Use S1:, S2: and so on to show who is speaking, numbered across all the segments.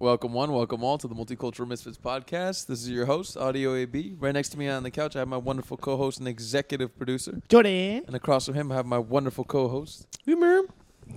S1: Welcome one, welcome all to the Multicultural Misfits podcast. This is your host, Audio AB. Right next to me on the couch, I have my wonderful co-host and executive producer,
S2: Jordan.
S1: and across from him, I have my wonderful co-host.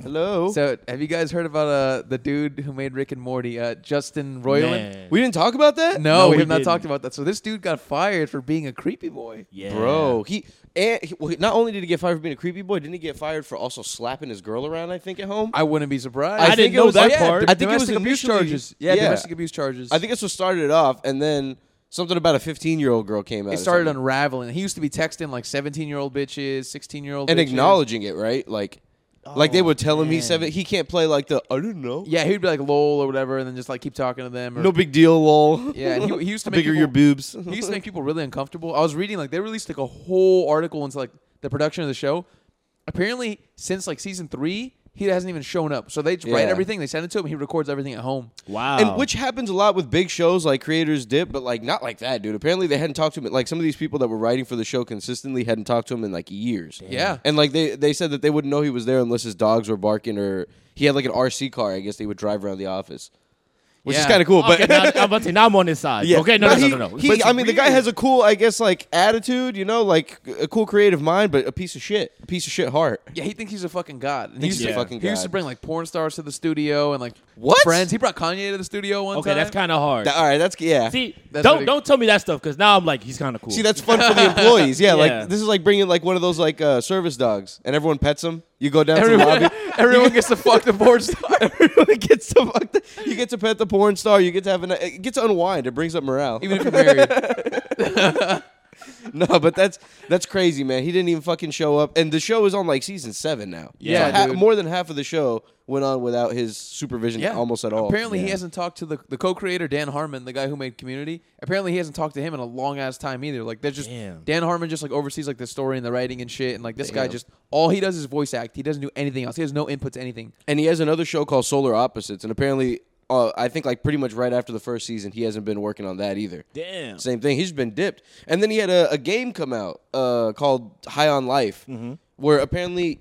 S3: Hello.
S1: So, have you guys heard about uh, the dude who made Rick and Morty, uh, Justin Roiland?
S2: Man.
S3: we didn't talk about that?
S1: No,
S2: No,
S1: we
S2: we
S1: have not
S2: didn't.
S1: talked about that. So this dude got fired for being a creepy boy.
S2: yeah.
S3: Bro, he and he, well, not only did he get fired for being a creepy boy, didn't he get fired for also slapping his girl around? I think at home.
S1: I wouldn't be surprised.
S3: I
S1: think
S2: didn't
S3: it
S2: know
S3: was-
S2: that
S3: oh, yeah,
S2: part.
S3: I think it was
S1: domestic abuse
S3: initially-
S1: charges. Yeah, domestic abuse charges.
S3: I think that's what started it off, and then something about a 15 year old girl came out.
S1: it
S3: or
S1: started
S3: something.
S1: unraveling. He used to be texting like 17 year old bitches, 16 year old
S3: and acknowledging it, right? Like, like they would tell him he's seven. He can't play like the I don't know.
S1: Yeah, he'd be like lol or whatever, and then just like keep talking to them. Or,
S3: No big deal, lol.
S1: Yeah, and he, he used to
S3: The
S1: make
S3: bigger
S1: people,
S3: your boobs.
S1: he used to make people really uncomfortable. I was reading like they released like a whole article into like the production of the show. Apparently, since like season three, he hasn't even shown up. So they write
S3: Yeah.
S1: everything, they send it to him, he records everything at home.
S2: Wow.
S3: And which happens a lot with big shows like creators dip, but like not like that, dude. Apparently they hadn't talked to him. Like some of these people that were writing for the show consistently hadn't talked to him in like years.
S1: Yeah.
S3: And like they they said that they wouldn't know he was there unless his dogs were barking or he had like an RC car. I guess they would drive around the office, which is
S1: Yeah.
S3: kind of cool.
S2: Okay,
S3: but
S2: now, I'm about to say now I'm on his side.
S3: yeah.
S2: Okay. No,
S3: But
S2: no,
S3: he-
S2: no, no, no.
S3: he-
S2: But-
S3: I mean, the guy has a cool, I guess, like attitude. You know, like a cool creative mind, but a piece of shit, a piece of shit heart.
S1: Yeah, he thinks he's a fucking god. And he
S3: Thinks
S1: used
S2: he's
S1: to
S2: a
S3: fucking
S1: He used to
S3: god.
S1: bring like porn stars to the studio and like
S3: What?
S1: friends. He brought Kanye to the studio one
S2: okay,
S1: time.
S2: that's kind of hard.
S3: That- all right, that's yeah.
S2: See,
S1: That's
S2: don't
S1: pretty-
S2: don't tell me that stuff because now I'm like he's kind of cool.
S3: See, that's fun for the employees.
S2: Yeah.
S3: Yeah, like this is like bringing like one of those like uh, service dogs, and everyone pets them. You go down to
S1: Everyone,
S3: the lobby.
S1: everyone gets to fuck the porn star.
S3: Everyone gets to fuck. The, you get to pet the porn star. You get to have an. It gets to unwind. It brings up morale.
S1: Even if you're married.
S3: no, but that's that's crazy, man. He didn't even fucking show up, and the show is on like season seven now.
S1: Yeah,
S3: so ha-
S1: dude.
S3: more than half of the show went on without his supervision
S1: Yeah.
S3: almost at all.
S1: Apparently, he
S3: Yeah.
S1: hasn't talked to the, the co creator, Dan Harmon, the guy who made Community. Apparently, he hasn't talked to him in a long ass time either. Like, they're just.
S2: Damn.
S1: Dan Harmon just like oversees like the story and the writing and shit. And like, this guy
S3: Damn.
S1: just. All he does is voice act. He doesn't do anything else. He has no input to anything.
S3: and he has another show called Solar Opposites, and apparently. Uh, I think like pretty much right after the first season, he hasn't been working on that either.
S2: damn.
S3: Same thing. He's been dipped. And then he had a, a game come out uh, called High on Life,
S2: Mm-hmm.
S3: where apparently,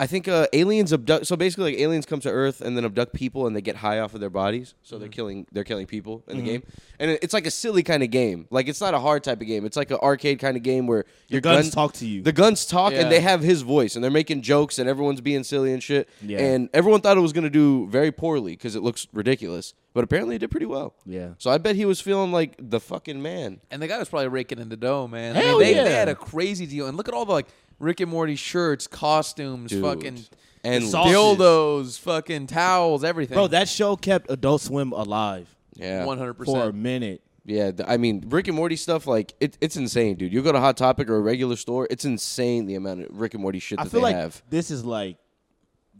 S3: I think uh, aliens abduct. So basically, like aliens come to Earth and then abduct people, and they get high off of their bodies. So
S2: Mm-hmm.
S3: they're killing they're killing people in the game. And it- it's like a silly kind of game. Like it's not a hard type of game. It's like an arcade kind of game where your
S2: guns
S3: gun-
S2: talk to you.
S3: The guns talk,
S1: Yeah.
S3: and they have his voice, and they're making jokes, and everyone's being silly and shit.
S2: Yeah.
S3: And everyone thought it was gonna do very poorly because it looks ridiculous, but apparently it did pretty well.
S2: Yeah.
S3: So I bet he was feeling like the fucking man.
S1: And the guy was probably raking in the dough, man. I mean,
S2: Hell
S1: they,
S2: yeah.
S1: they had a crazy deal. And look at all the like Rick and Morty shirts, costumes,
S3: Dude.
S1: fucking
S3: And
S2: Sauces.
S1: dildos, fucking towels, everything.
S2: Bro, that show kept Adult Swim alive
S3: yeah,
S1: one hundred
S2: for a
S1: percent.
S2: minute.
S3: yeah. th- I mean, Rick and Morty stuff like it, it's insane, dude. You go to Hot Topic or a regular store, it's insane the amount of Rick and Morty shit
S2: I
S3: that
S2: feel
S3: they
S2: like
S3: have.
S2: this is like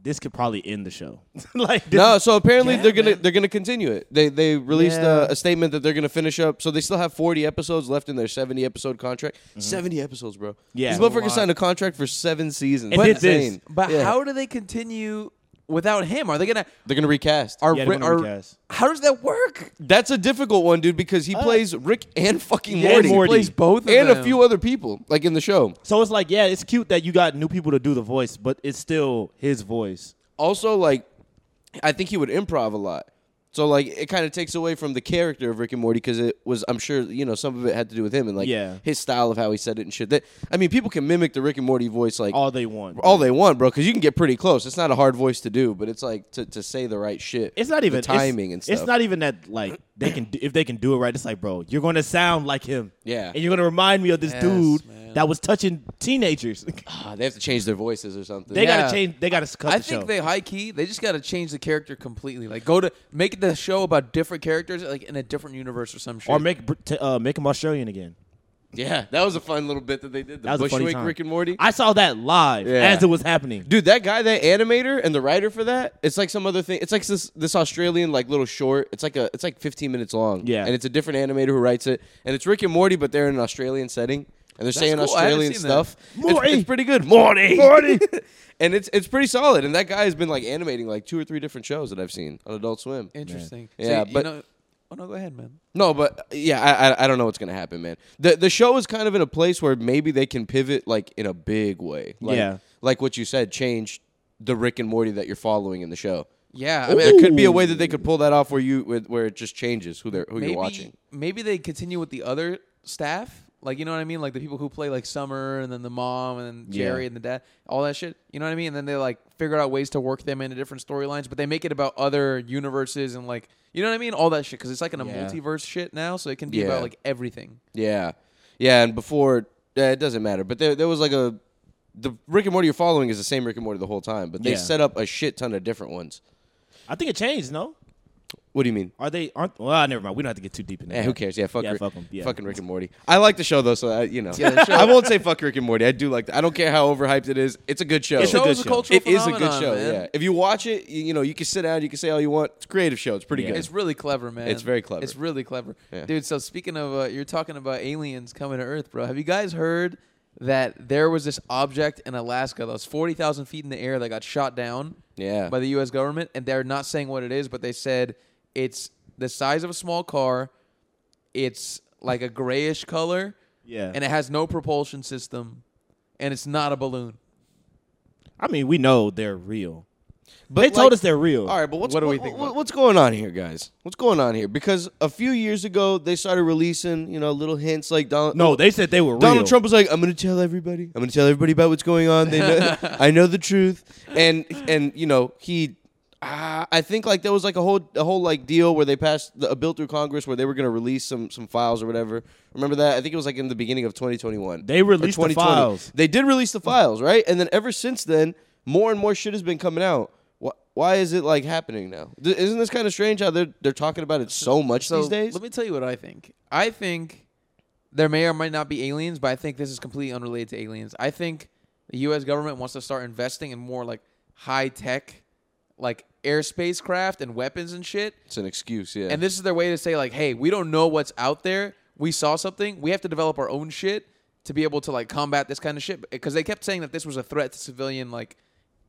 S2: this could probably end the show. like this
S3: No, so apparently
S2: Yeah,
S3: they're gonna
S2: man.
S3: they're gonna continue it. They they released
S2: Yeah.
S3: uh a, statement that they're gonna finish up. So they still have forty episodes left in their seventy episode contract. Seventy episodes, bro.
S2: Mm-hmm. Yeah.
S3: these
S2: That's
S1: a lot.
S3: motherfuckers signed a contract for seven seasons.
S2: And did this.
S3: insane.
S1: But
S3: Yeah.
S1: how do they continue without him? Are they gonna?
S3: they're gonna recast?
S1: Are,
S2: Yeah,
S1: Ri-
S2: they're gonna
S1: are-
S2: recast.
S1: how does that work?
S3: That's a difficult one, dude, because he plays Rick and fucking
S2: Uh, Yeah,
S3: Morty.
S1: He
S2: Morty.
S1: plays both of
S3: and
S1: them.
S3: a few other people, like in the show.
S2: So it's like, yeah, it's cute that you got new people to do the voice, but it's still his voice.
S3: also like I think he would improv a lot. So like it kind of takes away from the character of Rick and Morty because it was I'm sure you know some of it had to do with him and like
S2: Yeah.
S3: his style of how he said it and shit. That I mean people can mimic the Rick and Morty voice like all,
S2: All they want.
S3: they want, bro, because you can get pretty close. It's not a hard voice to do, but it's like to, to say the right shit.
S2: it's not even
S3: the timing and
S2: it's,
S3: stuff.
S2: It's not even that like they can do, if they can do it right. It's like, bro, you're gonna sound like him.
S3: Yeah.
S2: and you're gonna remind me of this
S1: Yes,
S2: dude
S1: man.
S2: that was touching teenagers.
S3: Ah, they have to change their voices or something.
S2: they
S1: Yeah.
S2: gotta change. They gotta cut
S1: I
S2: the
S1: think
S2: show.
S1: they high key. They just got to change the character completely. Like go to make the show about different characters, like in a different universe or some shit.
S2: or make Br- t- uh, make him Australian again.
S3: yeah, that was a fun little bit that they did. The
S2: That was a funny
S3: Bushwick
S2: time.
S3: Rick and Morty.
S2: I saw that live
S3: Yeah.
S2: as it was happening.
S3: Dude, that guy, that animator and the writer for that, it's like some other thing. It's like this this Australian like little short. It's like a it's like 15 minutes long.
S2: Yeah.
S3: and it's a different animator who writes it, and it's Rick and Morty, but they're in an Australian setting, and they're saying
S1: cool. I haven't
S3: Australian
S1: seen that.
S3: stuff. It's-
S2: Morty!
S3: it's, pretty good, Morty. Morty, and it's it's pretty solid. And that guy has been like animating like two or three different shows that I've seen on Adult Swim.
S1: Interesting.
S3: Man.
S1: So,
S3: Yeah,
S1: you
S3: but-
S1: know- oh no, go ahead, man.
S3: No, but uh, yeah, I, I I don't know what's gonna happen, man. The the show is kind of in a place where maybe they can pivot like in a big way. Like,
S2: Yeah.
S3: like what you said, change the Rick and Morty that you're following in the show.
S1: Yeah, I
S3: I mean,
S1: mean,
S3: Oh, there could be a way that they could pull that off where you with- where it just changes who they're who
S1: maybe
S3: you're watching.
S1: maybe they continue with the other staff. Like you know what I mean, like the people who play like Summer and then the mom and then Jerry
S3: Yeah.
S1: and the dad, all that shit. You know what I mean? And then they like figure out ways to work them into different storylines, but they make it about other universes and like you know what I mean, all that shit because it's like in a
S3: Yeah.
S1: multiverse shit now, so it can be
S3: Yeah.
S1: about like everything.
S3: Yeah, yeah, and before uh, it doesn't matter, but there there was like a the Rick and Morty you're following is the same Rick and Morty the whole time, but they
S2: Yeah.
S3: set up a shit ton of different ones.
S2: I think it changed. No,
S3: What do you mean?
S2: are they? Aren't? Well, ah, never mind. We don't have to get too deep in
S3: Yeah,
S2: that.
S3: Eh, who cares? Yeah, fuck,
S2: Yeah,
S3: Rick,
S2: fuck 'em. Yeah.
S3: fucking Rick and Morty. I like the show though, so I, you know,
S1: Yeah, the show-
S3: I won't say fuck Rick and Morty. I do like. That. I don't care how overhyped it is. It's a good show.
S2: It's a
S1: Show
S2: good
S1: is a
S2: show.
S1: cultural
S3: It is a good
S1: phenomenon,
S3: show.
S1: man.
S3: Yeah, if you watch it, you, you know, you can sit down, you can say all you want. It's a creative show. It's pretty
S2: Yeah.
S3: good.
S1: It's really clever, man.
S3: It's very clever.
S1: It's really clever,
S3: Yeah.
S1: dude. So speaking of, uh, you're talking about aliens coming to Earth, bro. Have you guys heard that there was this object in Alaska that was forty thousand feet in the air that got shot down?
S3: Yeah.
S1: by the U.S. government, and they're not saying what it is, but they said it's the size of a small car. It's like a grayish color,
S2: Yeah.
S1: and it has no propulsion system, and it's not a balloon.
S2: I mean, we know they're real.
S3: But
S2: they
S3: like-
S2: told us they're real.
S3: All right, but what's,
S1: What do we
S3: what-
S1: think
S3: what-
S1: about
S3: what's going on here, guys? What's going on here? Because a few years ago, they started releasing, you know, little hints like Donald.
S2: No, they said they were real.
S3: Donald Trump was like, "I'm going to tell everybody. I'm going to tell everybody about what's going on. They know, I know the truth." And and you know he, uh, I think like there was like a whole a whole like deal where they passed the, a bill through Congress where they were going to release some some files or whatever. Remember that? I think it was like in the beginning of 2021.
S2: They
S3: Or
S2: released the
S3: 2020.
S2: files.
S3: They did release the files, right? And then ever since then, more and more shit has been coming out. Wh- Why is it like happening now? Th- isn't this kind of strange how they're they're talking about it so much
S1: So
S3: these days?
S1: let me tell you what I think. I think there may or might not be aliens, but I think this is completely unrelated to aliens. I think the U.S. government wants to start investing in more like high tech, like airspace craft and weapons and shit.
S3: it's an excuse, yeah.
S1: And this is their way to say like, hey, we don't know what's out there. We saw something. We have to develop our own shit to be able to like combat this kind of shit. Because they kept saying that this was a threat to civilian like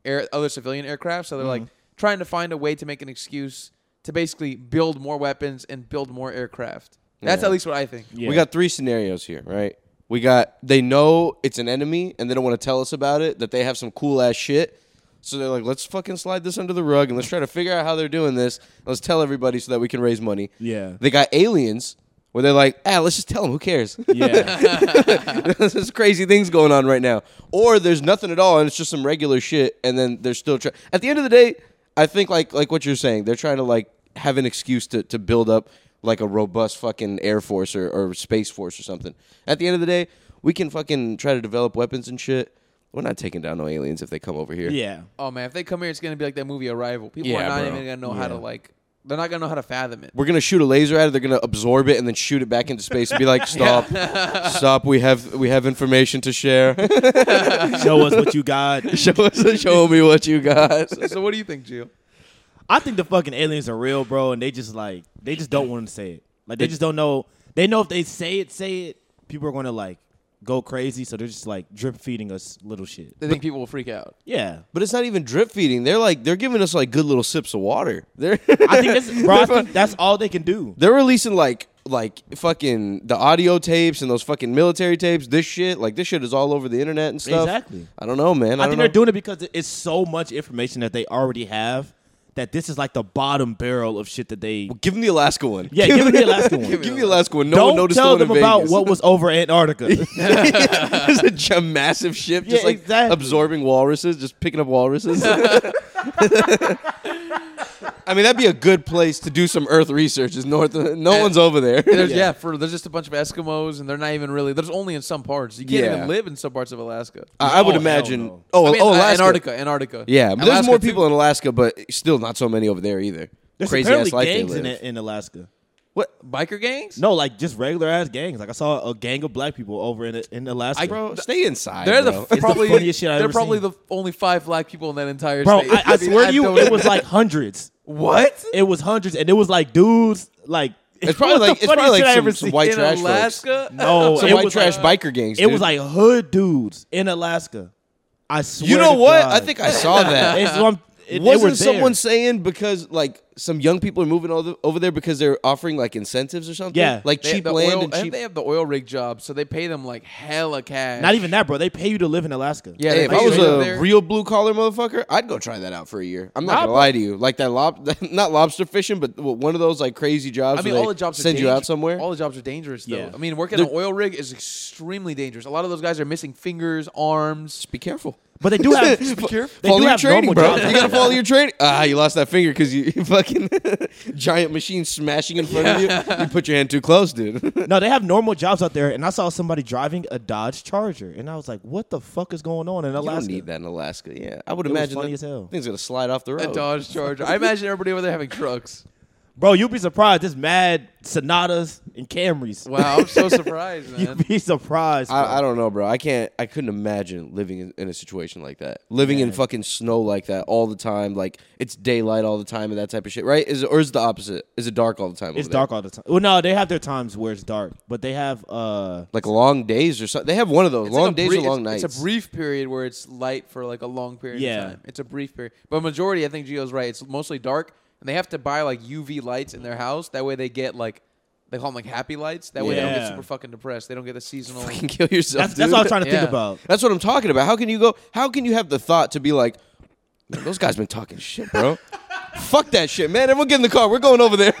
S1: air other civilian aircraft. So they're like trying to find a way to make an excuse to basically build more weapons and build more aircraft. That's
S3: Yeah.
S1: at least what I think.
S2: Yeah.
S3: We got three scenarios here, right? We got they know it's an enemy and they don't want to tell us about it, that they have some cool ass shit. So they're like, let's fucking slide this under the rug and let's try to figure out how they're doing this. Let's tell everybody so that we can raise money.
S2: Yeah.
S3: They got aliens where they're like, ah, let's just tell them. Who cares?
S2: Yeah.
S3: There's crazy things going on right now. Or there's nothing at all and it's just some regular shit and then they're still trying. At the end of the day, I think like like what you're saying, they're trying to like have an excuse to, to build up like a robust fucking air force or, or space force or something. At the end of the day, we can fucking try to develop weapons and shit. We're not taking down no aliens if they come over here.
S2: yeah.
S1: Oh man, if they come here, it's gonna be like that movie Arrival. People
S3: Yeah,
S1: are not
S3: bro.
S1: even gonna know how to
S2: Yeah.
S1: like. They're not gonna know how to fathom it.
S3: We're gonna shoot a laser at it. They're gonna absorb it and then shoot it back into space and be like, "Stop, stop! We have we have information to share.
S2: Show us what you got.
S3: show us, show me what you got."
S1: so what do you think, Gio?
S2: I think the fucking aliens are real, bro, and they just like they just don't want to say it. Like they just don't know. They know if they say it, say it, people are gonna like go crazy. So they're just like drip feeding us little shit.
S1: They think people will freak out.
S2: Yeah,
S3: But it's not even drip feeding. They're like they're giving us like good little sips of water. They're
S2: I think that's bro. I think that's all they can do.
S3: they're releasing like like fucking the audio tapes and those fucking military tapes. This shit like this shit is all over the internet and stuff.
S2: Exactly.
S3: I don't know, man. I,
S2: I,
S3: don't
S2: think
S3: know.
S2: they're doing it because it's so much information that they already have that this is like the bottom barrel of shit that they.
S3: Give them the Alaska one.
S2: Yeah, give me the last one.
S3: Give me the Alaska one. No one
S2: don't
S3: noticed
S2: tell
S3: the
S2: them
S3: one in
S2: about
S3: Vegas.
S2: what was over Antarctica.
S3: There's a j- massive ship just
S2: Yeah,
S3: like
S2: exactly.
S3: absorbing walruses, just picking up walruses. I mean, that'd be a good place to do some Earth research. Is north? No one's over there.
S1: There's, yeah. for there's just a bunch of Eskimos, and they're not even really. There's only in some parts. You can't
S3: Yeah.
S1: even live in some parts of Alaska.
S3: I, I would
S2: Oh, hell
S3: imagine.
S2: no.
S3: Oh,
S1: I mean,
S3: oh,
S1: uh,
S3: Alaska.
S1: Antarctica, Antarctica.
S3: Yeah, but there's
S1: Alaska,
S3: more
S1: too.
S3: people in Alaska, but still not so many over there either.
S2: There's
S3: Crazy
S2: apparently
S3: ass life
S2: gangs
S3: they
S2: in,
S3: live.
S2: in Alaska.
S3: What?
S1: biker gangs.
S2: No, like just regular ass gangs. Like I saw a gang of black people over in in Alaska.
S1: I-
S3: Bro, stay inside.
S1: they're the
S3: bro.
S1: f- probably
S2: funniest shit I've
S1: they're
S2: ever
S1: probably
S2: seen.
S1: the only five black people in that entire
S2: Bro,
S1: state.
S2: I, I
S1: mean,
S2: swear to you,
S1: don't-
S2: it was like hundreds.
S1: what
S2: It was hundreds, and it was like dudes. Like
S3: It's probably
S2: was the
S3: like it's probably
S2: funniest shit
S3: like
S2: I
S3: some,
S2: ever
S3: some
S2: seen.
S3: white
S1: in
S3: trash folks.
S1: Alaska?
S2: No,
S3: Some
S2: it
S3: white
S2: was
S3: trash
S2: Like,
S3: biker gangs.
S2: it was
S3: dude.
S2: like hood dudes in Alaska. I swear.
S3: you know
S2: to
S3: what?
S2: God.
S3: I think I saw that.
S2: It's- um, it, they were
S3: Wasn't
S2: there.
S3: someone saying because like some young people are moving over, over there because they're offering like incentives or something?
S2: Yeah.
S3: like
S1: They-
S3: cheap
S1: the
S3: land
S1: oil,
S3: and
S1: I think
S3: cheap.
S1: They have the oil rig job, so they pay them like hella cash.
S2: Not even that, bro. They pay you to live in Alaska.
S1: Yeah,
S3: Hey,
S1: they
S3: if
S1: pay
S3: I
S1: you
S3: was
S1: to live
S3: a
S1: there.
S3: real blue collar motherfucker, I'd go try that out for a year. I'm not
S2: Nah,
S3: gonna
S2: bro.
S3: lie to you. Like that lob, not lobster fishing, but one of those like crazy jobs.
S1: I mean,
S3: where
S1: all
S3: they
S1: the jobs are
S3: send you out
S1: dang-
S3: somewhere.
S1: All the jobs are dangerous, though.
S2: Yeah.
S1: I mean, working on an oil rig is extremely dangerous. A lot of those guys are missing fingers, arms.
S3: Be careful.
S2: But they do have.
S3: Just
S2: they
S3: fo-
S2: do
S3: follow your
S2: have
S3: training,
S2: normal
S3: bro.
S2: jobs.
S3: You gotta follow your training. Ah, you lost that finger because you, you fucking giant machine smashing in front of you. You put your hand too close, dude.
S2: No, they have normal jobs out there, and I saw somebody driving a Dodge Charger, and I was like, "What the fuck is going on in
S3: I
S2: Alaska?"
S3: don't need that in Alaska. Yeah, I would
S2: was
S3: imagine
S2: funny
S3: that
S2: as hell.
S3: thing's gonna slide off the
S1: A
S3: road.
S1: Dodge Charger. I imagine everybody over there having trucks.
S2: Bro, you'd be surprised. There's mad Sonatas and Camrys.
S1: Wow, I'm so surprised, man.
S2: You'd be surprised. bro.
S3: I, I don't know, bro. I can't. I couldn't imagine living in, in a situation like that. Living in fucking snow like that all the time. Like it's daylight all the time and that type of shit, right? Is it, or is it the opposite? Is it dark all the time?
S2: it's
S3: over there?
S2: dark all the time. Well, no, they have their times where it's dark, but they have uh
S3: Like long days or something. They have one of those
S1: It's
S3: long
S1: like a
S3: days
S1: brief-
S3: or long
S1: it's-
S3: nights.
S1: It's a brief period where it's light for like a long period
S2: Yeah.
S1: of time. It's a brief period. But majority, I think Gio's right. It's mostly dark, and they have to buy like UV lights in their house. That way they get like, they call them like happy lights. That way they don't
S2: Yeah.
S1: get super fucking depressed. They don't get the seasonal.
S3: Fucking kill yourself.
S2: that's, that's what I
S3: dude.
S2: was trying to
S1: Yeah.
S2: think about.
S3: That's what I'm talking about. How can you go? How can you have the thought to be like, "Man, those guys been talking shit, bro? Fuck that shit, man. Everyone get in the car. We're going over there.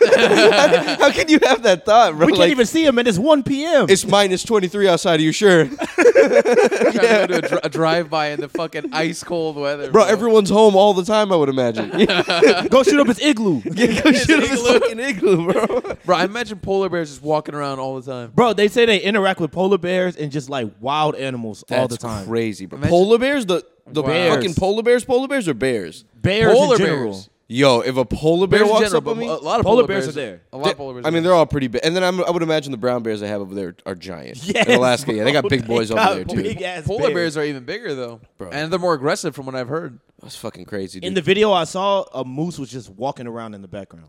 S3: how can you have that thought, bro?
S2: We can't
S3: Like,
S2: even see him, and it's one p.m.
S3: It's minus 23 outside. Are you sure,
S1: Trying to go to a, dri- a drive-by in the fucking ice cold weather,
S3: bro? Everyone's home all the time. I would imagine. Yeah,
S2: Go shoot up his igloo,
S3: go shoot up this
S1: igloo.
S3: fucking igloo, bro.
S1: Bro, I imagine polar bears just walking around all the time.
S2: bro. They say they interact with polar bears and just like wild animals all the
S3: That's
S2: time.
S3: Crazy, bro.
S1: Imagine-
S3: polar bears. The the
S1: Wow.
S3: fucking polar bears. Polar bears or bears?
S2: Bears
S1: Polar
S2: in general.
S1: bears.
S3: Yo, if a polar bear
S1: Bears in
S3: walks
S1: general,
S3: up on
S1: but
S3: me,
S1: a lot of
S2: Polar
S1: polar,
S2: bears are there.
S1: A lot of
S3: They-
S1: polar bears.
S3: I
S1: are
S3: mean,
S1: there.
S3: they're all pretty big. And then I'm, I would imagine the brown bears they have over there are giant.
S2: Yes,
S3: in Alaska, yeah, they got
S2: bro.
S3: big boys
S2: They
S3: over
S2: got
S3: there too.
S2: big ass
S1: polar bears are even bigger though,
S3: Bro.
S1: and they're more aggressive from what I've heard.
S3: That's fucking crazy, dude.
S2: In the video I saw, a moose was just walking around in the background.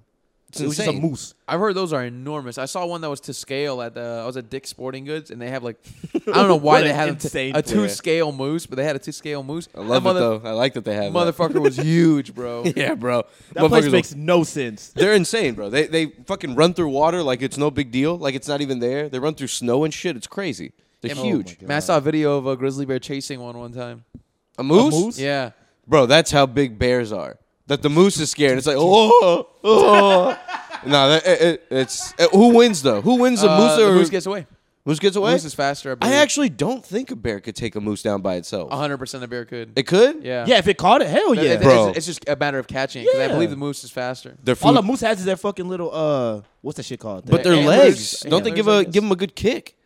S3: it's
S2: it was just a
S3: insane.
S2: moose.
S1: I've heard those are enormous. I saw one that was to scale at the I was at Dick's Sporting Goods and they have like I don't know why
S2: What
S1: they
S2: an
S1: had them to-
S2: insane
S1: a
S2: place.
S1: two scale moose, but they had a two scale moose.
S3: I love
S1: that
S3: it though. I like that they have
S1: mother-
S3: that.
S1: Motherfucker was huge, bro.
S3: Yeah, bro.
S2: That place
S3: Motherfuckers
S2: makes no sense.
S3: They're insane, bro. They they fucking run through water like it's no big deal, like it's not even there. They run through snow and shit. It's crazy. They're
S1: Oh
S3: huge.
S1: Man, I saw a video of a grizzly bear chasing one one time.
S3: A moose?
S2: moose?
S1: Yeah.
S3: Bro, that's how big bears are. That the moose is scared. It's like, oh, oh. no, that, it, it- it's uh, who wins though? Who wins the
S1: Uh,
S3: moose or
S1: the moose gets away.
S3: moose gets away?
S1: Moose is faster. I,
S3: I
S1: believe.
S3: actually don't think a bear could take a moose down by itself.
S1: 100 percent the bear could.
S3: It could.
S1: Uh, yeah.
S2: Yeah, if it caught it, hell
S1: It-
S2: yeah.
S1: it-
S3: Bro.
S1: It's, it's just a matter of catching it because I
S2: Yeah.
S1: believe the moose is faster.
S3: Their
S2: All
S3: food,
S2: a moose has is their fucking little uh, what's that shit called?
S3: but their
S1: antlers-
S3: legs. Don't they
S1: antlers,
S3: give
S1: I
S3: a
S1: guess.
S3: give them a good kick?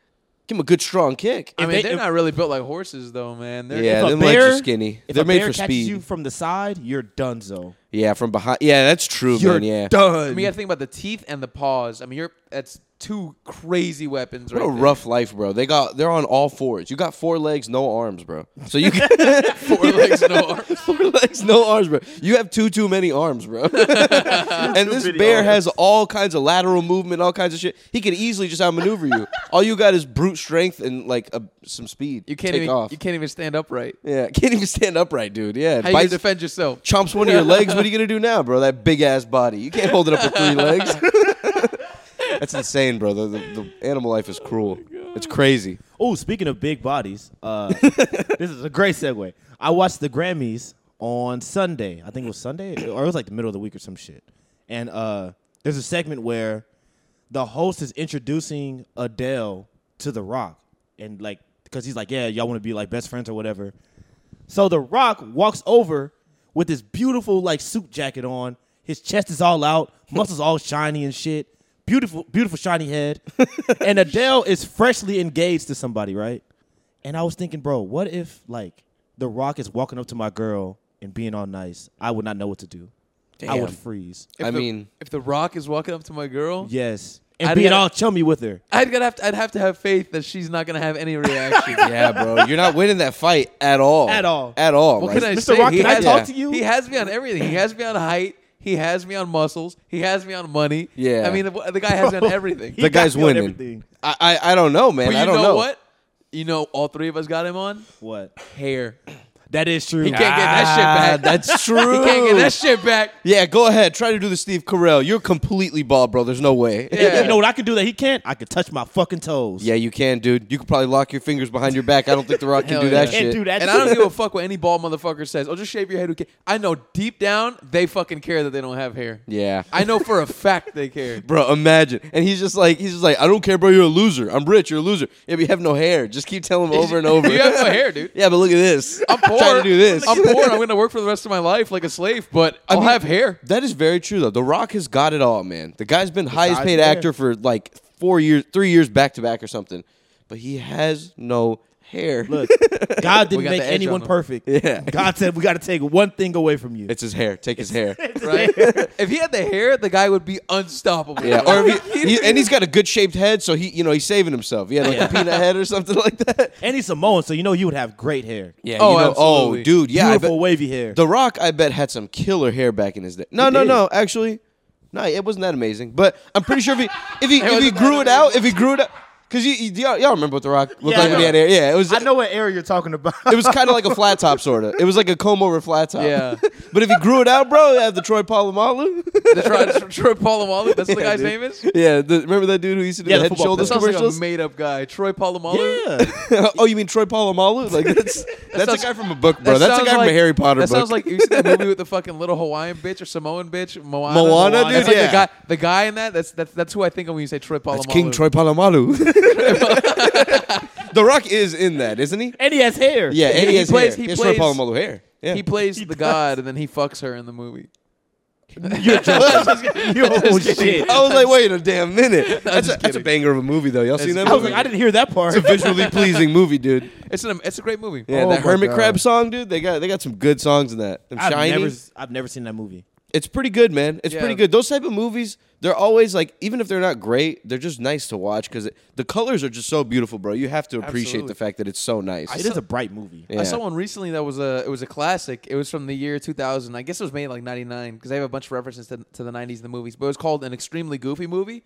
S3: Give them a good strong kick.
S1: I mean,
S2: If they-
S1: they, are
S2: if-
S1: not really built like horses though, man. They're,
S3: Yeah.
S2: If a
S3: them legs are
S2: bear-
S3: skinny.
S2: If
S3: They're
S2: a
S3: made
S2: bear
S3: for
S2: catches
S3: speed.
S2: you from the side, you're donezo.
S3: Yeah, from behind. Yeah, that's true,
S2: You're
S3: man. Yeah.
S2: done.
S1: I mean, you got to think about the teeth and the paws. I mean, you're that's two crazy weapons.
S3: What
S1: right
S3: a
S1: there.
S3: rough life, bro. They got they're on all fours. You got four legs, no arms, bro. So you got
S1: four legs, no arms.
S3: four legs, no arms, bro. You have too too many arms, bro. and this bear has all kinds of lateral movement, all kinds of shit. He could easily just outmaneuver you. All you got is brute strength and like a, some speed.
S1: You can't
S3: Take
S1: even
S3: off.
S1: you can't even stand upright.
S3: yeah, can't even stand upright, dude. Yeah,
S1: How you gonna
S3: bites-
S1: defend yourself?
S3: chomps one of your legs. What are you gonna do now, bro? That big ass body. You can't hold it up with three legs. That's insane, bro. The, the, the animal life is cruel. it's crazy.
S2: Oh, speaking of big bodies, uh, this is a great segue. I watched the Grammys on Sunday. I think it was Sunday, or it was like the middle of the week or some shit. And uh, there's a segment where the host is introducing Adele to The Rock, and like, because he's like, "Yeah, y'all want to be like best friends or whatever." So The Rock walks over with this beautiful like suit jacket on. His chest is all out, muscles all shiny and shit. Beautiful, beautiful shiny head. and Adele is freshly engaged to somebody, right? And I was thinking, bro, what if like The Rock is walking up to my girl and being all nice? I would not know what to do. I would
S3: Damn.
S2: freeze.
S1: If
S3: I
S1: the-
S3: mean-
S1: if the Rock is walking up to my girl,
S2: Yes. And
S1: I'd
S2: being
S1: gotta-
S2: all chummy with her.
S1: I'd gonna have to, I'd have to have faith that she's not gonna have any reaction.
S3: Yeah, bro. You're not winning that fight at all.
S2: At all.
S3: At all.
S1: What
S3: right?
S1: can I
S2: Mr.
S1: say?
S2: Rock,
S1: He
S2: can I
S1: has-
S2: talk to you?
S1: He has me on everything. He has me on height. He has me on muscles. He has me on money.
S3: Yeah.
S1: I mean, the, the guy has me on everything.
S2: He
S3: the
S2: got
S3: guy's
S2: me on
S3: winning.
S2: everything.
S3: I, I I don't know, man.
S1: But you
S3: I don't
S1: know, what? You know, all three of us got him on
S2: What?
S1: hair.
S2: That is true. Ah.
S1: He can't get that shit back.
S3: That's true.
S1: He can't get that shit back.
S3: yeah, go ahead. Try to do the Steve Carell. You're completely bald, bro. There's no way.
S1: Yeah.
S2: You know what I could do that he can't? I could touch my fucking toes.
S3: Yeah, you can, dude. You could probably lock your fingers behind your back. I don't think The Rock can
S1: Hell
S3: do
S1: yeah.
S3: that
S2: Can't
S3: shit.
S2: do that
S1: and I
S2: shit.
S1: don't give a fuck what any bald motherfucker says. Oh, just shave your head. Who cares? I know deep down they fucking care that they don't have hair.
S3: Yeah.
S1: I know for a fact they care.
S3: Bro, imagine. And he's just like, he's just like, I don't care, bro. You're a loser. I'm rich. You're a loser. Yeah, but you have no hair. Just keep telling him over and over.
S1: You have no hair, dude.
S3: Yeah, but look at this.
S1: I'm poor.
S3: Trying to do this.
S1: I'm poor. I'm gonna work for the rest of my life like a slave, but I'll
S3: mean-
S1: have hair.
S3: That is very true, though. The Rock has got it all, man. The guy's been highest
S2: guy's
S3: paid
S2: there.
S3: actor for like four years, three years back to back or something. But he has no hair.
S2: Look, God didn't
S1: got
S2: make
S1: the edge
S2: anyone
S1: on him.
S2: perfect.
S3: Yeah.
S2: God said we got to take one thing away from you.
S3: it's his hair. Take his hair.
S1: Right? if he had the hair, the guy would be unstoppable.
S3: Yeah, or if he, he- and he's got a good shaped head, so he, you know, he's saving himself. He had like a peanut head or something like that.
S2: And he's Samoan, so you know you would have great hair.
S3: Yeah.
S1: Oh,
S3: you know- oh,
S1: absolutely.
S3: dude. Yeah. I bet-
S2: Beautiful wavy hair.
S3: The Rock, I bet, had some killer hair back in his day. No,
S2: He
S3: no,
S2: did.
S3: no. Actually, no, it wasn't that amazing. But I'm pretty sure if he if he, if he
S1: wasn't
S3: grew
S1: that
S3: it out, if he grew it out, because you, you, all y'all remember what The Rock looked
S2: Yeah, I
S3: like when he
S2: know.
S3: had hair. Yeah, it was.
S2: I know what area you're talking about.
S3: It was kind of like a flat top, sort of. It was like a comb over flat top.
S1: Yeah.
S3: but if he grew it out, bro, it had the Troy Polamalu.
S1: the Troy, Troy Polamalu. That's what the guy's
S3: dude.
S1: name is.
S3: yeah, the, remember that dude who used to do
S2: Yeah, the
S3: the head and
S2: football
S3: shoulders
S1: That sounds like a
S3: commercials?
S1: made up guy. Troy Polamalu.
S2: yeah.
S3: oh, you mean Troy Polamalu? Like that's that's
S1: sounds-
S3: a guy from a book,
S1: That
S3: bro. That's a
S1: sounds
S3: guy from a
S1: like-
S3: Harry Potter
S1: That
S3: book.
S1: sounds like you see that movie with the fucking little Hawaiian bitch or Samoan bitch, Moana.
S3: Moana, dude,
S1: That's like
S3: yeah.
S1: the guy, the guy in that. That's that's that's who I think of when you say Troy Polamalu.
S3: That's King Troy Polamalu. the Rock is in that, isn't he?
S2: and he has hair.
S3: Yeah, and he
S1: he
S3: has
S1: plays-
S3: hair.
S1: he
S3: He has Troy
S1: plays-
S3: Polamalu hair. Yeah.
S1: He plays the god, and then he fucks her in the movie.
S2: You're just, you oh, shit.
S3: I was like, wait a damn minute. That's, a,
S1: just
S3: that's a banger of a movie, though. Y'all seen that
S2: I was
S3: movie?
S2: like, I didn't hear that part.
S3: It's a visually pleasing movie, dude.
S1: It's an it's a great movie.
S3: Yeah,
S2: Oh
S3: that
S2: my
S3: Hermit
S2: God.
S3: Crab song, dude. They got they got some good songs in that. Them
S2: I've
S3: Shiny.
S2: never, I've never seen that movie.
S3: It's pretty good, man. It's
S1: Yeah.
S3: pretty good. Those type of movies, they're always like, even if they're not great, they're just nice to watch because the colors are just so beautiful, bro. You have to appreciate
S1: Absolutely.
S3: the fact that it's so nice.
S2: It is a bright movie.
S3: Yeah.
S1: I saw one recently that was a it was a classic. It was from the year 2000. I guess it was made in like 99 because I have a bunch of references to, to the 90s in the movies. But it was called an extremely goofy movie.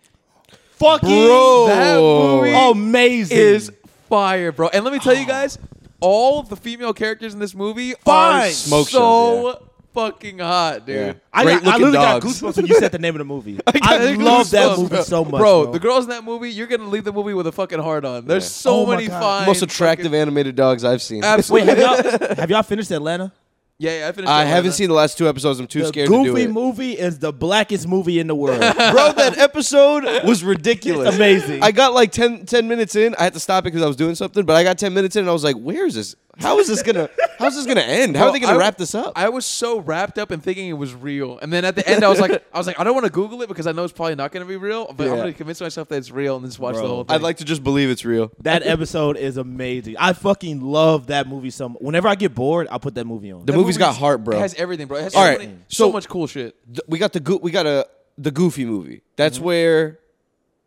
S2: Fucking
S3: Bro.
S1: That movie
S2: Oh, amazing.
S1: is fire, bro. And let me tell you guys, all the female characters in this movie are
S2: Fine.
S3: Smoke
S1: so
S3: shows,
S1: fucking hot, dude.
S3: Yeah.
S2: I, got,
S3: Great
S2: I
S3: looking
S2: literally
S3: dogs.
S2: got goosebumps when you said the name of the movie. I,
S1: I
S2: love that
S1: goosebumps,
S2: movie
S1: bro.
S2: so much,
S1: bro,
S2: bro.
S1: The girls in that movie, you're gonna leave the movie with a fucking heart on. There's
S3: Yeah.
S1: so
S2: Oh my
S1: many
S2: God.
S1: fine,
S3: Most attractive
S1: fucking-
S3: animated dogs I've seen.
S1: Absolutely.
S2: Wait, have y'all, have y'all finished Atlanta?
S1: yeah, yeah, I finished.
S3: I
S1: that one.
S3: haven't seen the last two episodes. I'm too
S2: The
S3: scared to do
S2: Goofy
S3: it.
S2: movie is the blackest movie in the world.
S3: Bro, that episode was ridiculous.
S2: Amazing.
S3: I got like 10, 10 minutes in. I had to stop it because I was doing something, but I got 10 minutes in and I was like, where is this? How is this going to How is this going to end? How are
S1: Bro,
S3: they going
S1: I-
S3: to wrap this up?
S1: I was so wrapped up in thinking it was real, and then at the end, I was like, I was like, I don't want to Google it because I know it's probably not going to be real, but I'm
S3: Yeah.
S1: going to convince myself that it's real and just watch
S2: Bro.
S1: the whole thing.
S3: I'd like to just believe it's real.
S2: that episode is amazing. I fucking love that movie. So much. whenever I get bored, I put that movie on.
S3: The
S1: That
S3: movie's got
S1: movie's-
S3: heart, bro.
S1: It has everything, bro. It has
S3: All
S1: so,
S3: right,
S1: many-
S3: so-
S1: so much cool shit.
S3: th- we got the go- we got a the Goofy movie. That's where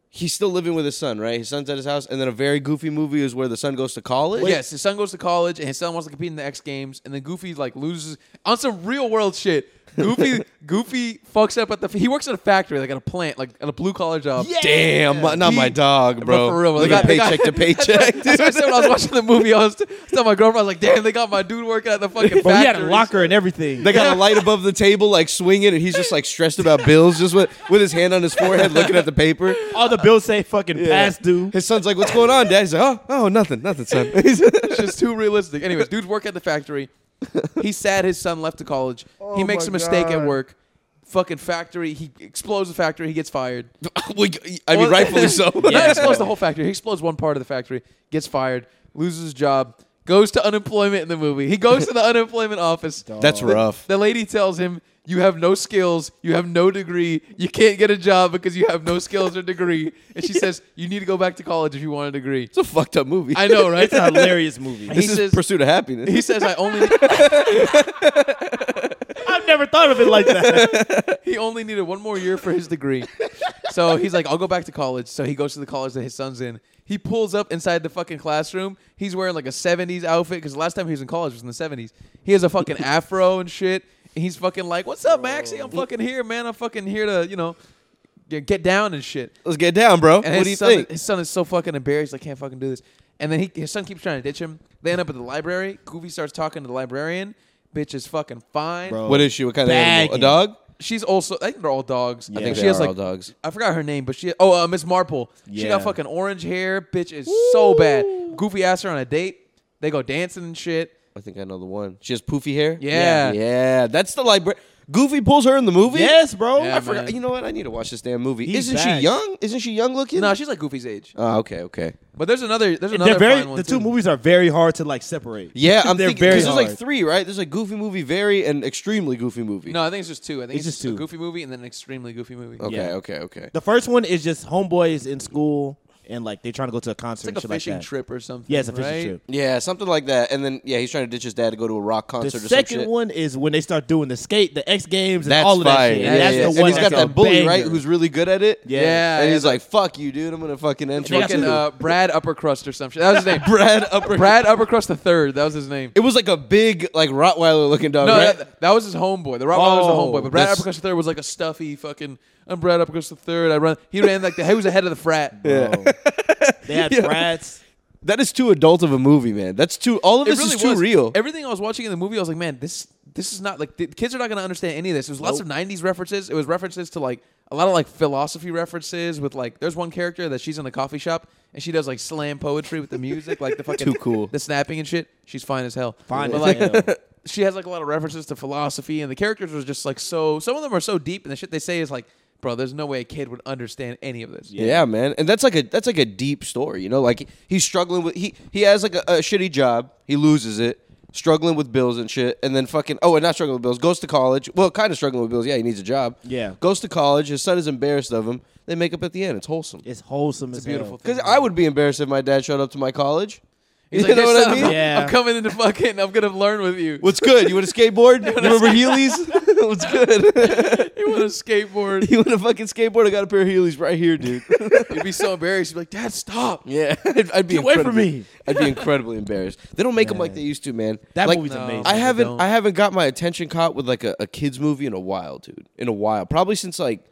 S3: he's still living with his son, right? His son's at his house, and then a very Goofy movie is where the son goes to college.
S1: Yes, his son goes to college, and his son wants to compete in the X Games, and then Goofy like loses on some real world shit. Goofy, Goofy fucks up at the. He works at a factory, like at a plant, like at a blue collar job.
S2: Yeah.
S3: Damn, my- not my
S1: He-
S3: dog, bro.
S1: for real,
S3: Look
S1: they
S3: at
S1: got- they got-
S3: paycheck to paycheck. dude.
S1: That's what I said when I was watching the movie. I was, I was telling my girlfriend, I was like, "Damn, they got my dude working at the fucking
S2: Bro, he had a
S1: factories."
S2: locker and everything.
S3: They got a light above the table, like swinging, and he's just like stressed about bills, just with, with his hand on his forehead, looking at the paper.
S2: All the bills say fucking past due.
S3: His son's like, "What's going on, Dad?" He's like, "Oh, oh, nothing, nothing, son." He's-
S1: It's just too realistic. Anyways, dudes work at the factory. He's sad his son left to college.
S2: Oh
S1: he makes a mistake at work. Fucking factory. He explodes the factory. He gets fired.
S3: We- I mean,
S1: Well,
S3: rightfully so.
S1: Not explodes the whole factory. He explodes one part of the factory. Gets fired. Loses his job. Goes to unemployment in the movie. He goes to the unemployment office.
S3: That's rough.
S1: The lady tells him, "You have no skills. You have no degree. You can't get a job because you have no skills or degree." And she says, "You need to go back to college if you want a degree."
S3: It's a fucked up movie.
S1: I know, right?
S2: It's a hilarious movie.
S1: He
S3: This is
S1: says-
S3: Pursuit of Happiness.
S1: He says, "I only."
S2: I've never thought of it like that.
S1: he only needed one more year for his degree. so he's like, I'll go back to college. So he goes to the college that his son's in. He pulls up inside the fucking classroom. He's wearing like a 70s outfit because the last time he was in college was in the 70s. He has a fucking afro and shit. And he's fucking like, What's up, Maxie?
S3: Oh.
S1: I'm fucking here, man. I'm fucking here to, you know, get, get down and shit.
S3: Let's get down, bro.
S1: And his
S3: what do you
S1: son,
S3: think?
S1: His son is so fucking embarrassed. I can't fucking do this. And then he, his son keeps trying to ditch him. They end up at the library. Goofy starts talking to the librarian. Bitch is fucking fine.
S2: Bro.
S3: What is she? What kind of animal? A
S2: Bagging.
S3: dog?
S1: She's also. I think they're all dogs.
S2: Yeah.
S1: I
S3: I
S1: think
S3: think
S1: she
S3: they
S1: has
S3: are
S1: like
S3: all dogs.
S1: I forgot her name, but she. Oh, uh, Miss Marple. She
S2: Yeah.
S1: got fucking orange hair. Bitch is so bad. Goofy asked her on a date. They go dancing and shit.
S3: I think I know the one. She has poofy hair.
S1: Yeah.
S3: yeah. That's the library. Goofy pulls her in the movie.
S2: Yes, bro.
S1: Yeah,
S3: I forgot.
S1: man.
S3: You know what? I need to watch this damn movie.
S2: He's
S3: Isn't
S2: back.
S3: she young? Isn't she young looking?
S1: No, she's like Goofy's age.
S3: Oh, okay, okay.
S1: But there's another. There's another.
S2: They're very.
S1: fine one
S2: The two
S1: too.
S2: movies are very hard to like separate.
S3: Yeah, I'm
S2: They're
S3: thinking
S2: very
S3: because there's like
S2: hard.
S3: three, right? There's like goofy movie, very and extremely goofy movie.
S1: No, I think it's just two. I think it's,
S2: It's
S1: just
S2: just
S1: a
S2: two.
S1: Goofy movie and then an extremely Goofy movie.
S3: Okay,
S2: Yeah.
S3: okay, okay.
S2: The first one is just homeboy is in school and like they're trying to go to a concert
S1: It's
S2: and
S1: like a
S2: shit
S1: fishing
S2: like that.
S1: trip or something.
S2: Yeah, it's a fishing
S1: right?
S2: trip.
S3: Yeah, something like that. And then yeah, he's trying to ditch his dad to go to a rock
S2: The
S3: concert. or some
S2: second
S3: shit.
S2: one is when they start doing the skate, the X Games, and
S3: That's
S2: all of that
S3: fire.
S2: shit.
S3: Yeah,
S2: And that's the
S3: yeah, yeah.
S2: one
S3: and he's got
S2: that's a
S3: that bully right,
S2: banger.
S3: who's really good at it.
S2: Yeah.
S1: Yeah,
S3: and
S1: yeah,
S3: he's
S1: the-
S3: like, "Fuck you, dude! I'm gonna fucking end you."
S1: fucking uh, Brad Uppercrust or some shit. That was his name.
S3: Brad Upper.
S1: Brad Uppercrust the third. That was his name.
S3: It was like a big, like Rottweiler looking dog.
S1: No,
S3: right?
S1: that, that was his homeboy. The Rottweiler was
S2: Oh,
S1: a homeboy, but Brad
S3: this-
S1: Uppercrust the third was like a stuffy fucking. I'm Brad Uppercrust the third. I run. He ran like the. He was the head of the frat.
S2: They had brats.
S3: that is too adult of a movie, man. That's too. All of
S1: It
S3: this
S1: really
S3: is too
S1: was.
S3: real.
S1: Everything I was watching in the movie, I was like, man, this this is not like the kids are not going to understand any of this. There was lots of '90s references. It was references to like a lot of like philosophy references with like there's one character that she's in a coffee shop and she does like slam poetry with the music, like the fucking
S3: Too cool.
S1: the snapping and shit. She's fine as hell.
S2: Fine
S1: But,
S2: as
S1: like,
S2: hell.
S1: She has like a lot of references to philosophy, and the characters are just like so. Some of them are so deep, and the shit they say is like, bro, there's no way a kid would understand any of this.
S3: Yeah. man, and that's like a that's like a deep story, you know. Like he's struggling with he he has like a, a shitty job, he loses it, struggling with bills and shit, and then fucking oh, and not struggling with bills, goes to college. Well, kind of struggling with bills. Yeah, he needs a job.
S2: Yeah.
S3: goes to college. His son is embarrassed of him. They make up at the end. It's wholesome.
S2: It's wholesome.
S1: It's
S2: as
S1: a beautiful
S2: hell.
S1: thing.
S3: Because I would be embarrassed if my dad showed up to my college.
S1: He's
S3: you
S1: like,
S3: know
S1: "Hey,
S3: what I
S1: son,
S3: mean?
S1: I'm-
S2: Yeah.
S1: I'm coming into fucking. I'm gonna learn with you.
S3: What's good? You want to skateboard? You remember Heelys? What's good?
S1: you want a skateboard?
S3: you want to fucking skateboard? I got a pair of Heelys right here, dude.
S1: You'd be so embarrassed. You'd be like, Dad, stop.
S3: Yeah, I'd, I'd be
S2: Get away from
S3: incredibly-
S2: me.
S3: I'd be incredibly embarrassed. They don't make them like they used to, man.
S2: That
S3: like,
S2: movie's
S1: No.
S2: amazing.
S3: I
S1: They
S3: haven't
S1: don't.
S3: I haven't got my attention caught with like a, a kids movie in a while, dude. In a while, probably since like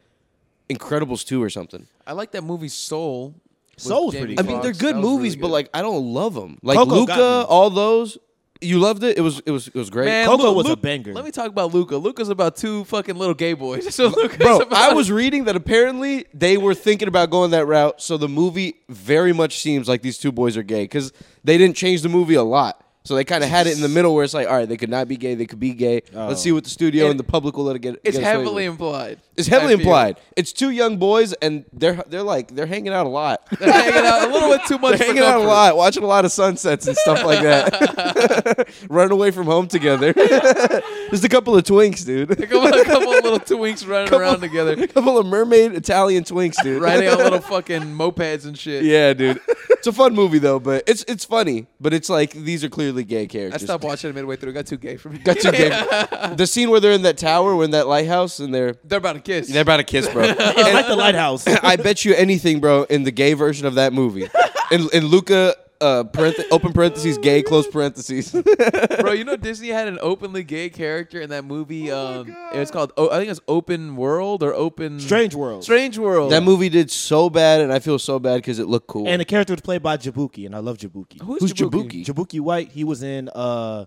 S3: Incredibles two or something.
S1: I like that movie Soul. with
S2: Soul's
S1: Jamie
S2: pretty
S3: I
S2: good.
S1: Foxx.
S3: mean, they're
S1: That
S3: good
S1: was really
S3: movies, but
S1: good.
S3: like I don't love them. Like
S2: Coco got
S3: Luca,
S2: me.
S3: all those. You loved it. It was it was it was great.
S1: Man,
S2: Coco
S1: look,
S2: was a
S1: Luke-
S2: banger.
S1: Let me talk about Luca. Luca's about two fucking little gay boys. That's what Luca's
S3: Bro,
S1: about.
S3: I was reading that apparently they were thinking about going that route, so the movie very much seems like these two boys are gay because they didn't change the movie a lot. So they kind of had it in the middle where it's like, all right, they could not be gay, they could be gay.
S2: Oh.
S3: Let's see what the studio and,
S1: And
S3: the public will let it get.
S1: It's
S3: get away with.
S1: heavily implied.
S3: It's heavily
S1: I feel.
S3: implied. It's two young boys, and they're they're like they're hanging out a lot.
S1: They're hanging out a little bit too much.
S3: They're
S1: for
S3: hanging out a
S1: comfort.
S3: lot, watching a lot of sunsets and stuff like that. Running away from home together. Just a couple of twinks, dude.
S1: A couple, a couple of little twinks running around together,
S3: A couple of mermaid Italian twinks, dude.
S1: riding on little fucking mopeds and shit.
S3: Yeah, dude. It's a fun movie though, but it's it's funny, but it's like these are clearly gay
S1: I
S3: characters.
S1: stopped watching it midway through. It Got too gay for me.
S3: Got too gay. The scene where they're in that tower, we're in that lighthouse, and they're
S1: They're about to kiss.
S3: they're about to kiss, bro.
S2: It's
S3: and
S2: like the lighthouse.
S3: I bet you anything, bro, in the gay version of that movie, in in Luca. Uh, parenth- open parentheses, gay, close parentheses.
S1: Bro, you know Disney had an openly gay character in that movie. um, it was called oh, I think it's Open World or Open
S2: Strange World.
S1: Strange World.
S3: that movie did so bad, and I feel so bad because it looked cool.
S2: and the character was played by Jabuki, and I love Jabuki.
S1: Who's,
S3: Who's
S1: Jabuki?
S3: Jabuki?
S2: Jabuki White, he was in uh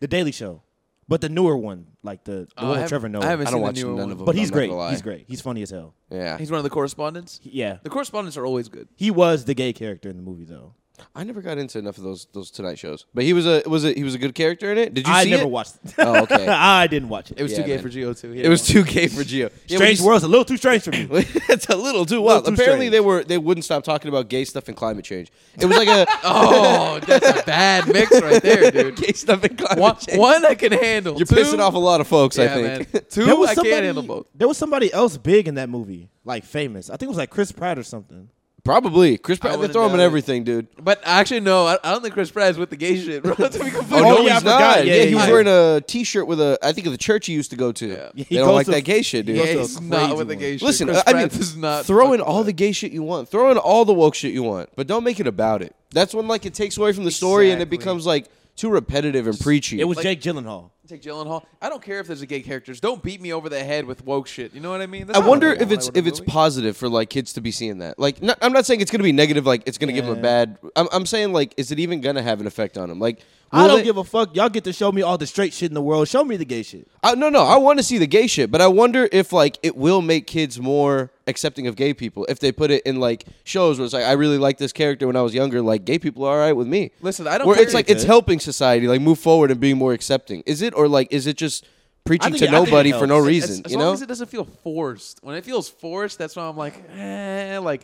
S2: The Daily Show. But the newer one, like the, the
S1: Oh, I
S2: one with
S1: haven't-
S2: Trevor Noah.
S1: I haven't
S3: I
S1: seen
S3: don't
S1: the
S3: watch
S1: newer
S3: none
S1: one.
S3: of them.
S2: but he's
S3: I'm not
S2: great.
S3: gonna lie.
S2: He's great. He's funny as hell.
S3: Yeah,
S1: He's one of the correspondents.
S2: He- yeah.
S1: The correspondents are always good.
S2: He was the gay character in the movie though.
S3: I never got into enough of those those Tonight shows, but he was a was a he was a good character in it. Did you
S2: I
S3: see
S2: never
S3: it?
S2: watched it.
S3: Oh, okay.
S2: I didn't watch it.
S1: It was
S3: Yeah,
S1: too gay
S3: man.
S1: for Geo too.
S3: It was too gay for Geo. Yeah, when you
S2: strange World's a little too strange for me.
S3: it's a little too wild.
S2: too
S3: Apparently,
S2: strange.
S3: they were they wouldn't stop talking about gay stuff and climate change. It was like a
S1: Oh, that's a bad mix right there, dude.
S3: gay stuff and climate
S1: One,
S3: change.
S1: one I can handle.
S3: You're
S1: Two-
S3: pissing off a lot of folks. I
S1: Yeah,
S3: think.
S1: man. Two,
S2: There was
S1: I
S2: somebody,
S1: can't handle both.
S2: There was somebody else big in that movie, like famous. I think it was like Chris Pratt or something.
S3: Probably Chris
S1: I
S3: Pratt. They
S1: wouldn't
S3: throw him in
S1: doubt it.
S3: everything, dude.
S1: But actually, no, I, I don't think Chris Pratt is with the gay shit, bro. To be completely
S2: Oh,
S3: Oh, no,
S2: yeah,
S3: he's
S2: I forgot.
S3: not.
S2: Yeah,
S3: Yeah, he
S2: yeah,
S3: was
S2: yeah.
S3: wearing a T-shirt with a. I think of the church he used to go to.
S1: Yeah.
S2: He
S3: They don't
S2: goes
S3: like
S2: to-
S3: that gay shit, dude.
S2: he
S1: Yeah,
S2: goes to a
S1: he's not
S2: crazy
S1: with the gay
S2: one.
S1: shit.
S3: Listen,
S1: Chris
S3: I mean,
S1: Pratt is not
S3: throw in
S1: fucking
S3: all
S1: with
S3: the gay shit you want. Throw in all the woke shit you want, but don't make it about it. That's when like it takes away from the story and it
S1: Exactly.
S3: becomes like too repetitive and preachy.
S2: It was
S1: Like-
S2: Jake Gyllenhaal.
S1: Take Gyllenhaal. I don't care if there's a gay characters. Don't beat me over the head with woke shit. You know what I mean? That's
S3: I
S1: not
S3: wonder
S1: what
S3: if it's
S1: want out
S3: if
S1: of a
S3: it's
S1: movie.
S3: positive for like kids to be seeing that. Like, not, I'm not saying it's gonna be negative. Like, it's gonna give them a
S2: Yeah.
S3: bad. I'm, I'm saying like, is it even gonna have an effect on them? Like,
S2: I
S3: will
S2: don't
S3: they-
S2: give a fuck. Y'all get to show me all the straight shit in the world. Show me the gay shit.
S3: I, no, no. I want to see the gay shit, but I wonder if like it will make kids more accepting of gay people if they put it in like shows where it's like I really like this character when I was younger. Like gay people are all right with me.
S1: Listen, I don't
S3: Where
S1: care
S3: it's like
S1: if
S3: it's
S2: it-
S3: helping society like move forward and being more accepting. Is it or like is it just preaching
S2: think
S3: to
S2: it- I think it
S3: nobody for no
S2: helps.
S1: As-
S3: reason?
S1: As,
S3: you
S1: long
S3: know,
S1: as it doesn't feel forced. When it feels forced, that's why I'm like, eh, like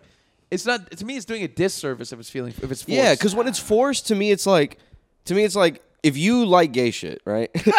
S1: it's not. To me, it's doing a disservice if it's feeling if it's forced.
S3: Yeah, because when it's forced, to me, it's like, to me, it's like if you like gay shit, right? I'm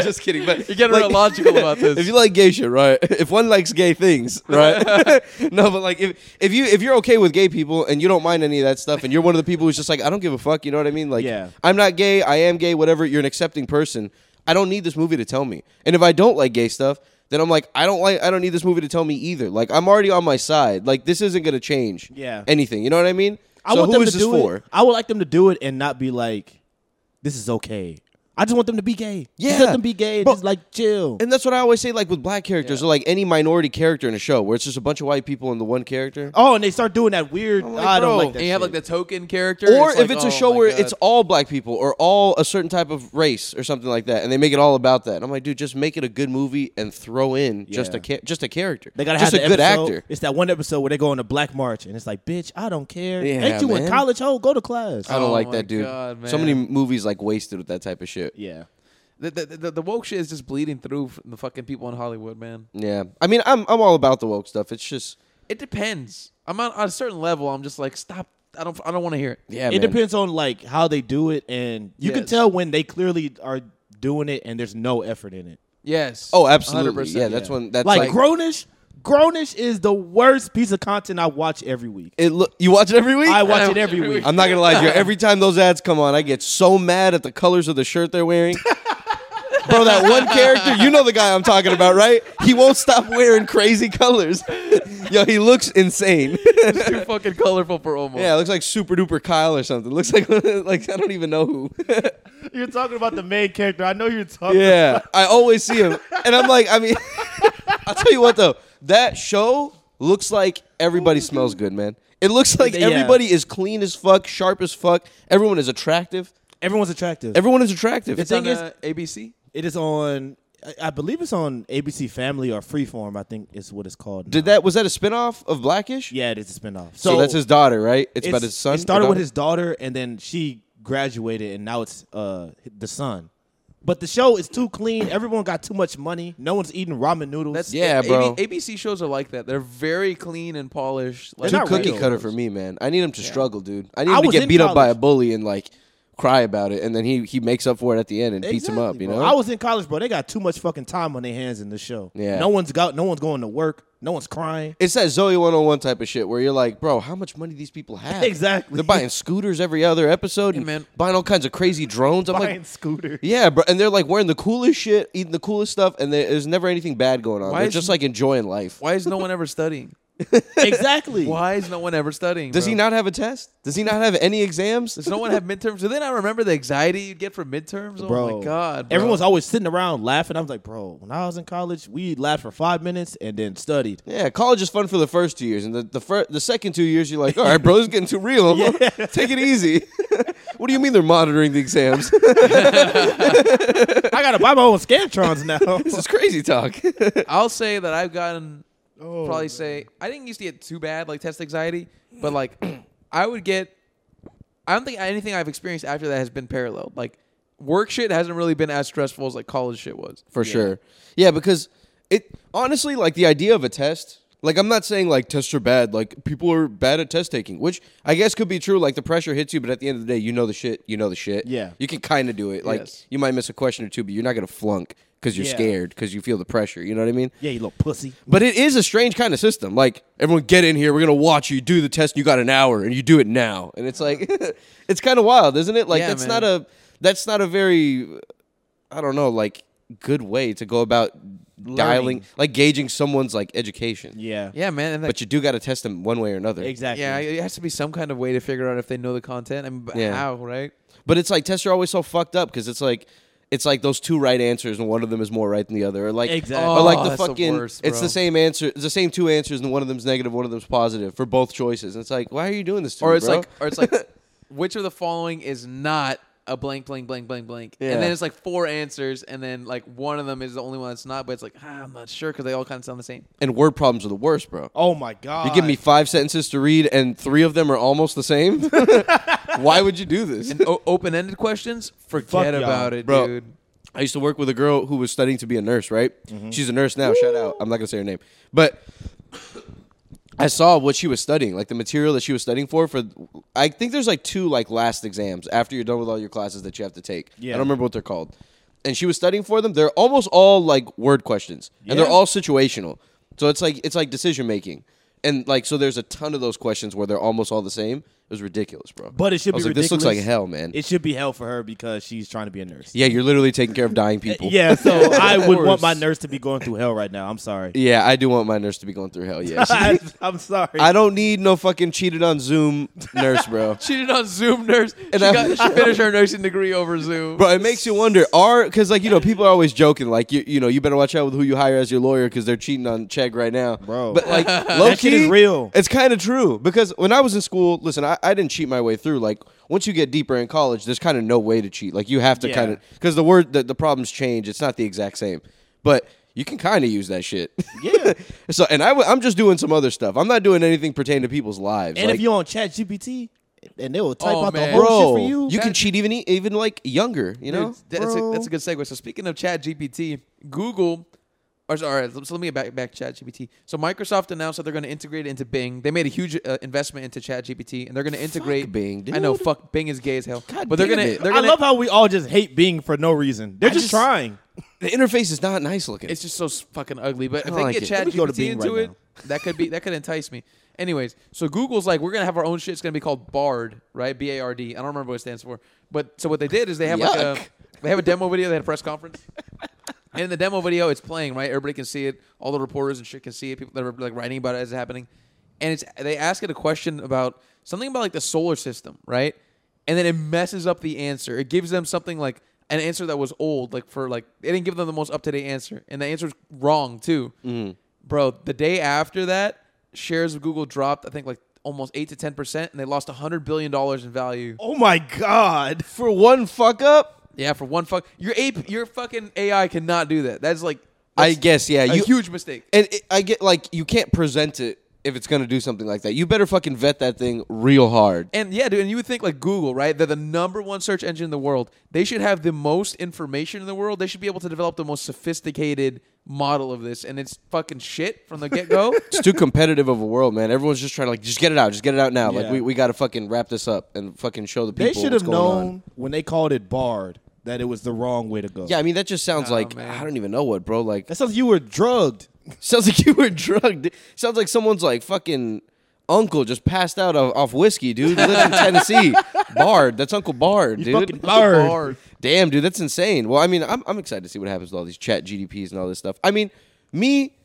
S3: just kidding, but
S1: you're getting
S3: like,
S1: real logical about this.
S3: If you like gay shit, right? If one likes gay things, right? no, but like if if you if you're okay with gay people and you don't mind any of that stuff, and you're one of the people who's just like, I don't give a fuck. You know what I mean? Like,
S2: Yeah.
S3: I'm not gay. I am gay. Whatever. You're an accepting person. I don't need this movie to tell me. And if I don't like gay stuff, then I'm like, I don't like. I don't need this movie to tell me either. Like, I'm already on my side. Like, this isn't gonna change.
S2: Yeah.
S3: Anything. You know what I mean?
S2: I
S3: so
S2: want
S3: who
S2: them
S3: is
S2: to
S3: this
S2: do
S3: for?
S2: it. I would like them to do it and not be like, this is okay. I just want them to be gay. Just
S3: Yeah.
S2: let them be gay and
S3: Bro-
S2: just like chill.
S3: And that's what I always say, like with black characters or like any minority character in a show, where it's just a bunch of white people in the one character.
S2: oh, and they start doing that weird.
S3: like,
S2: I don't
S3: bro,
S2: like that.
S1: and you have like
S2: shit.
S1: the token character,
S3: Or
S1: like,
S3: if it's
S1: oh
S3: a show
S1: my
S3: where
S1: God.
S3: it's all black people or all a certain type of race or something like that, and they make it all about that. And I'm like, dude, just make it a good movie and throw in just a
S2: Yeah.
S3: cha- just a character.
S2: They gotta
S3: just
S2: have
S3: a
S2: the
S3: good
S2: episode-
S3: actor.
S2: It's that one episode where they go on a black march, and it's like, bitch, I don't care.
S3: Yeah,
S2: Ain't you
S3: man.
S2: in college? Oh, go to class.
S3: I don't
S1: Oh
S3: like
S1: my
S3: that, dude.
S1: God,
S3: so many
S1: man.
S3: movies like wasted with that type of shit.
S2: yeah,
S1: the, the, the, the woke shit is just bleeding through from the fucking people in Hollywood, man.
S3: Yeah, I mean, I'm I'm all about the woke stuff. It's just
S1: It depends. I'm on, on a certain level. I'm just like, stop. I don't. I don't want to hear it.
S3: yeah,
S2: it
S3: man.
S2: depends on like how they do it, and you can
S1: Yes.
S2: tell when they clearly are doing it, and there's no effort in it.
S1: Yes.
S3: Oh, absolutely.
S1: 100%,
S3: Yeah, that's when that's
S2: like,
S3: like,
S2: Grownish, Grownish is the worst piece of content I watch every week.
S3: it. Look, you watch it every week.
S2: I watch it every week.
S3: I'm not gonna lie to you. Every time those ads come on, I get so mad at the colors of the shirt they're wearing. Bro, that one character, you know the guy I'm talking about, right? He won't stop wearing crazy colors. Yo, he looks insane.
S1: It's too fucking colorful for almost.
S3: yeah, looks like super duper Kyle or something. Looks like like I don't even know who.
S2: You're talking about the main character. I know you're talking.
S3: yeah, I always see him, and I'm like, I mean, I'll tell you what though, that show looks like everybody smells good, man. It looks like
S2: Yeah.
S3: everybody is clean as fuck, sharp as fuck. Everyone is attractive.
S2: Everyone's attractive.
S3: Everyone is attractive.
S1: It's on
S2: thing is-
S1: uh, ABC.
S2: it is on. I- I believe it's on ABC Family or Freeform. I think is what it's called.
S3: Did
S2: now.
S3: that was that a spinoff of Blackish?
S2: Yeah, it is a spinoff.
S3: So, that's his daughter, right? It's, about his son.
S2: It started with his daughter, and then she graduated, and now it's uh, the son. But the show is too clean. Everyone got too much money. No one's eating ramen noodles.
S1: That's
S3: Yeah,
S1: A- AB
S3: bro.
S1: ABC shows are like that. They're very clean and polished. Like,
S2: They're
S3: too
S2: not
S3: cookie
S2: real.
S3: cutter for me, man. I need him to struggle, dude. I need
S2: I
S3: him to
S2: was
S3: get
S2: in
S3: beat up by a
S2: college.
S3: bully and like cry about it, and then he he makes up for it at the end and beats him
S2: Exactly,
S3: up. You
S2: bro.
S3: know,
S2: I was in college, bro. They got too much fucking time on their hands in this show.
S3: Yeah.
S2: no one's got, no one's going to work. No one's crying.
S3: It's that Zoe 101 type of shit where you're like, bro, how much money these people have?
S2: Exactly.
S3: They're buying scooters every other episode and
S1: man.
S3: buying all kinds of crazy drones. I'm like,
S2: scooter.
S3: yeah, bro. And they're like wearing the coolest shit, eating the coolest stuff, and there- there's never anything bad going on.
S1: Why
S3: they're
S1: is-
S3: just like enjoying life.
S1: why is no one ever studying?
S2: exactly.
S1: Why is no one ever studying?
S3: Does
S1: bro?
S3: he not have a test? Does he not have any exams?
S1: Does no one have midterms? Do they not remember the anxiety you'd get from midterms?
S2: Bro,
S1: Oh my god! Bro.
S2: Everyone's always sitting around laughing. I was like, bro, when I was in college, we laughed for five minutes and then studied.
S3: Yeah, college is fun for the first two years, and the the, fir- the second two years, you're like, all right, bro, this is getting too real. Take it easy. what do you mean they're monitoring the exams?
S2: I gotta buy my own Scantrons now.
S3: this is crazy talk.
S1: I'll say that I've gotten
S3: Oh.
S1: probably say I didn't used to get too bad like test anxiety, but like I would get. I don't think anything I've experienced after that has been parallel. Like work shit hasn't really been as stressful as like college shit was.
S3: for sure. Yeah, because it honestly, like the idea of a test. Like I'm not saying like tests are bad. Like people are bad at test taking, which I guess could be true. Like the pressure hits you, but at the end of the day, you know the shit. You know the shit.
S2: Yeah.
S3: you can kind of do it. Like
S1: Yes.
S3: you might miss a question or two, but you're not gonna flunk because you're
S2: Yeah.
S3: scared because you feel the pressure. You know what I mean?
S2: yeah, you little pussy.
S3: But it is a strange kind of system. Like everyone get in here, we're gonna watch you do the test. And you got an hour, and you do it now, and it's like it's kind of wild, isn't it? Like
S1: Yeah,
S3: that's
S1: man.
S3: not a that's not a very I don't know like good way to go about dialing, like gauging someone's like education.
S2: Yeah.
S1: Yeah, man. And like,
S3: But you do got to test them one way or another.
S2: Exactly.
S1: yeah, it has to be some kind of way to figure out if they know the content. I mean, but
S3: Yeah.
S1: how, right?
S3: But it's like tests are always so fucked up because it's like it's like those two right answers and one of them is more right than the other, or like
S2: Exactly.
S3: or like
S1: Oh,
S3: the
S1: that's the
S3: fucking
S1: worst,
S3: it's
S1: bro.
S3: the same answer, it's the same two answers and one of them's negative, one of them's positive for both choices. And it's like why are you doing this? To
S1: Or
S3: me,
S1: it's
S3: bro?
S1: like, or it's like, which of the following is not a blank, blank, blank, blank, blank?
S3: Yeah.
S1: And then it's like four answers, and then like one of them is the only one that's not. But it's like ah, I'm not sure because they all kind of sound the same.
S3: and word problems are the worst, bro.
S2: Oh my god.
S3: You give me five sentences to read and three of them are almost the same. why would you do this?
S1: And o- open-ended questions, forget
S2: y'all,
S1: about it,
S3: bro.
S1: dude.
S3: I used to work with a girl who was studying to be a nurse, right?
S2: Mm-hmm.
S3: She's a nurse now. Shout out. I'm not going to say her name. But I saw what she was studying, like the material that she was studying for for I think there's like two like last exams after you're done with all your classes that you have to take.
S2: Yeah.
S3: I don't remember what they're called. And she was studying for them. They're almost all like word questions. And they're
S2: Yeah.
S3: all situational. So it's like it's like decision making. And like so there's a ton of those questions where they're almost all the same. It was ridiculous, bro.
S2: But it should
S3: I was
S2: be
S3: like,
S2: ridiculous.
S3: This looks like hell, man.
S2: It should be hell for her because she's trying to be a nurse.
S3: yeah, you're literally taking care of dying people.
S2: Yeah, so I would want my
S1: course.
S2: nurse to be going through hell right now. I'm sorry.
S3: Yeah, I do want my nurse to be going through hell. Yes,
S2: I, am sorry.
S3: I don't need no fucking cheated on Zoom nurse, bro.
S1: Cheated on Zoom nurse. She,
S3: I-
S1: got, she finished her nursing degree over Zoom.
S3: Bro, it makes you wonder. Are because like you know people are always joking like you you know you better watch out with who you hire as your lawyer because they're cheating on Chegg right now,
S2: Bro.
S3: But like low
S2: That shit
S3: key,
S2: is real.
S3: It's kind of true because when I was in school, listen, I, I didn't cheat my way through. Like once you get deeper in college, there's kind of no way to cheat. Like you have to
S2: Yeah.
S3: kind of because the word the, the problems change. It's not the exact same, but you can kind of use that shit.
S2: Yeah.
S3: so and I w- I'm just doing some other stuff. I'm not doing anything pertaining to people's lives.
S2: and
S3: like,
S2: if you're on Chat GPT, and they will type
S1: Oh,
S2: out
S1: man.
S2: the whole
S3: bro,
S2: shit for you.
S3: you can
S1: That-
S3: cheat even e- even like younger. You know,
S1: Dude, that's, a,
S2: bro.
S1: that's a good segue. So speaking of Chat GPT, Google, or sorry, so let me get back back Chat GPT. So Microsoft announced that they're going to integrate it into Bing. They made a huge uh, investment into Chat GPT, and they're going to integrate
S3: Bing, dude.
S1: I know, fuck Bing is gay as hell,
S3: God
S1: but they're
S3: damn
S1: gonna
S3: it.
S1: they're
S2: I
S1: gonna.
S2: love how we all just hate Bing for no reason. They're
S3: I
S2: just,
S3: just-
S2: trying.
S3: the interface is not nice looking.
S1: it's just so s- fucking ugly. But if
S3: don't
S1: they
S3: like
S1: get
S3: it.
S1: Chat
S2: Let me go to
S1: GPT
S2: Bing
S1: into
S2: right
S1: it,
S2: now.
S1: that could be that could entice me. Anyways, so Google's like, we're gonna have our own shit. It's gonna be called Bard, right? B A R D. I don't remember what it stands for. But so what they did is they have like a
S3: Yuck.
S1: they have a demo video. They had a press conference. And in the demo video, it's playing right. Everybody can see it. All the reporters and shit can see it. People that are like writing about it as it's happening. And it's they ask it a question about something about like the solar system, right? And then it messes up the answer. It gives them something like an answer that was old, like for like it didn't give them the most up to date answer, and the answer's wrong too. Bro, the day after that, shares of Google dropped. I think like almost eight to ten percent, and they lost hundred billion dollars in value.
S2: Oh my god.
S3: for one fuck up.
S1: Yeah, for one fuck, your ape, your fucking AI cannot do that. That's like
S3: I
S1: that's
S3: guess yeah.
S1: a
S3: You
S1: huge mistake.
S3: and it, I get like you can't present it if it's gonna do something like that. You better fucking vet that thing real hard.
S1: And yeah, dude, and you would think like Google, right? They're the number one search engine in the world. They should have the most information in the world. They should be able to develop the most sophisticated model of this, and it's fucking shit from the get go.
S3: It's too competitive of a world, man. Everyone's just trying to like just get it out, just get it out now. Like
S2: Yeah.
S3: we, we gotta fucking wrap this up and fucking show the people.
S2: They should
S3: what's
S2: have
S3: going on.
S2: known when they called it Bard that it was the wrong way to go.
S3: Yeah, I mean that just sounds like
S1: man.
S3: I don't even know what, bro. Like
S2: That sounds like you were drugged.
S3: Sounds like you were drugged. Sounds like someone's like fucking uncle just passed out of, off whiskey, dude. He lives in Tennessee. Bard. That's Uncle Bard, dude.
S2: fucking Bard. Bard.
S3: Damn, dude, that's insane. Well, I mean, I'm, I'm excited to see what happens with all these chat GDPs and all this stuff. I mean, me,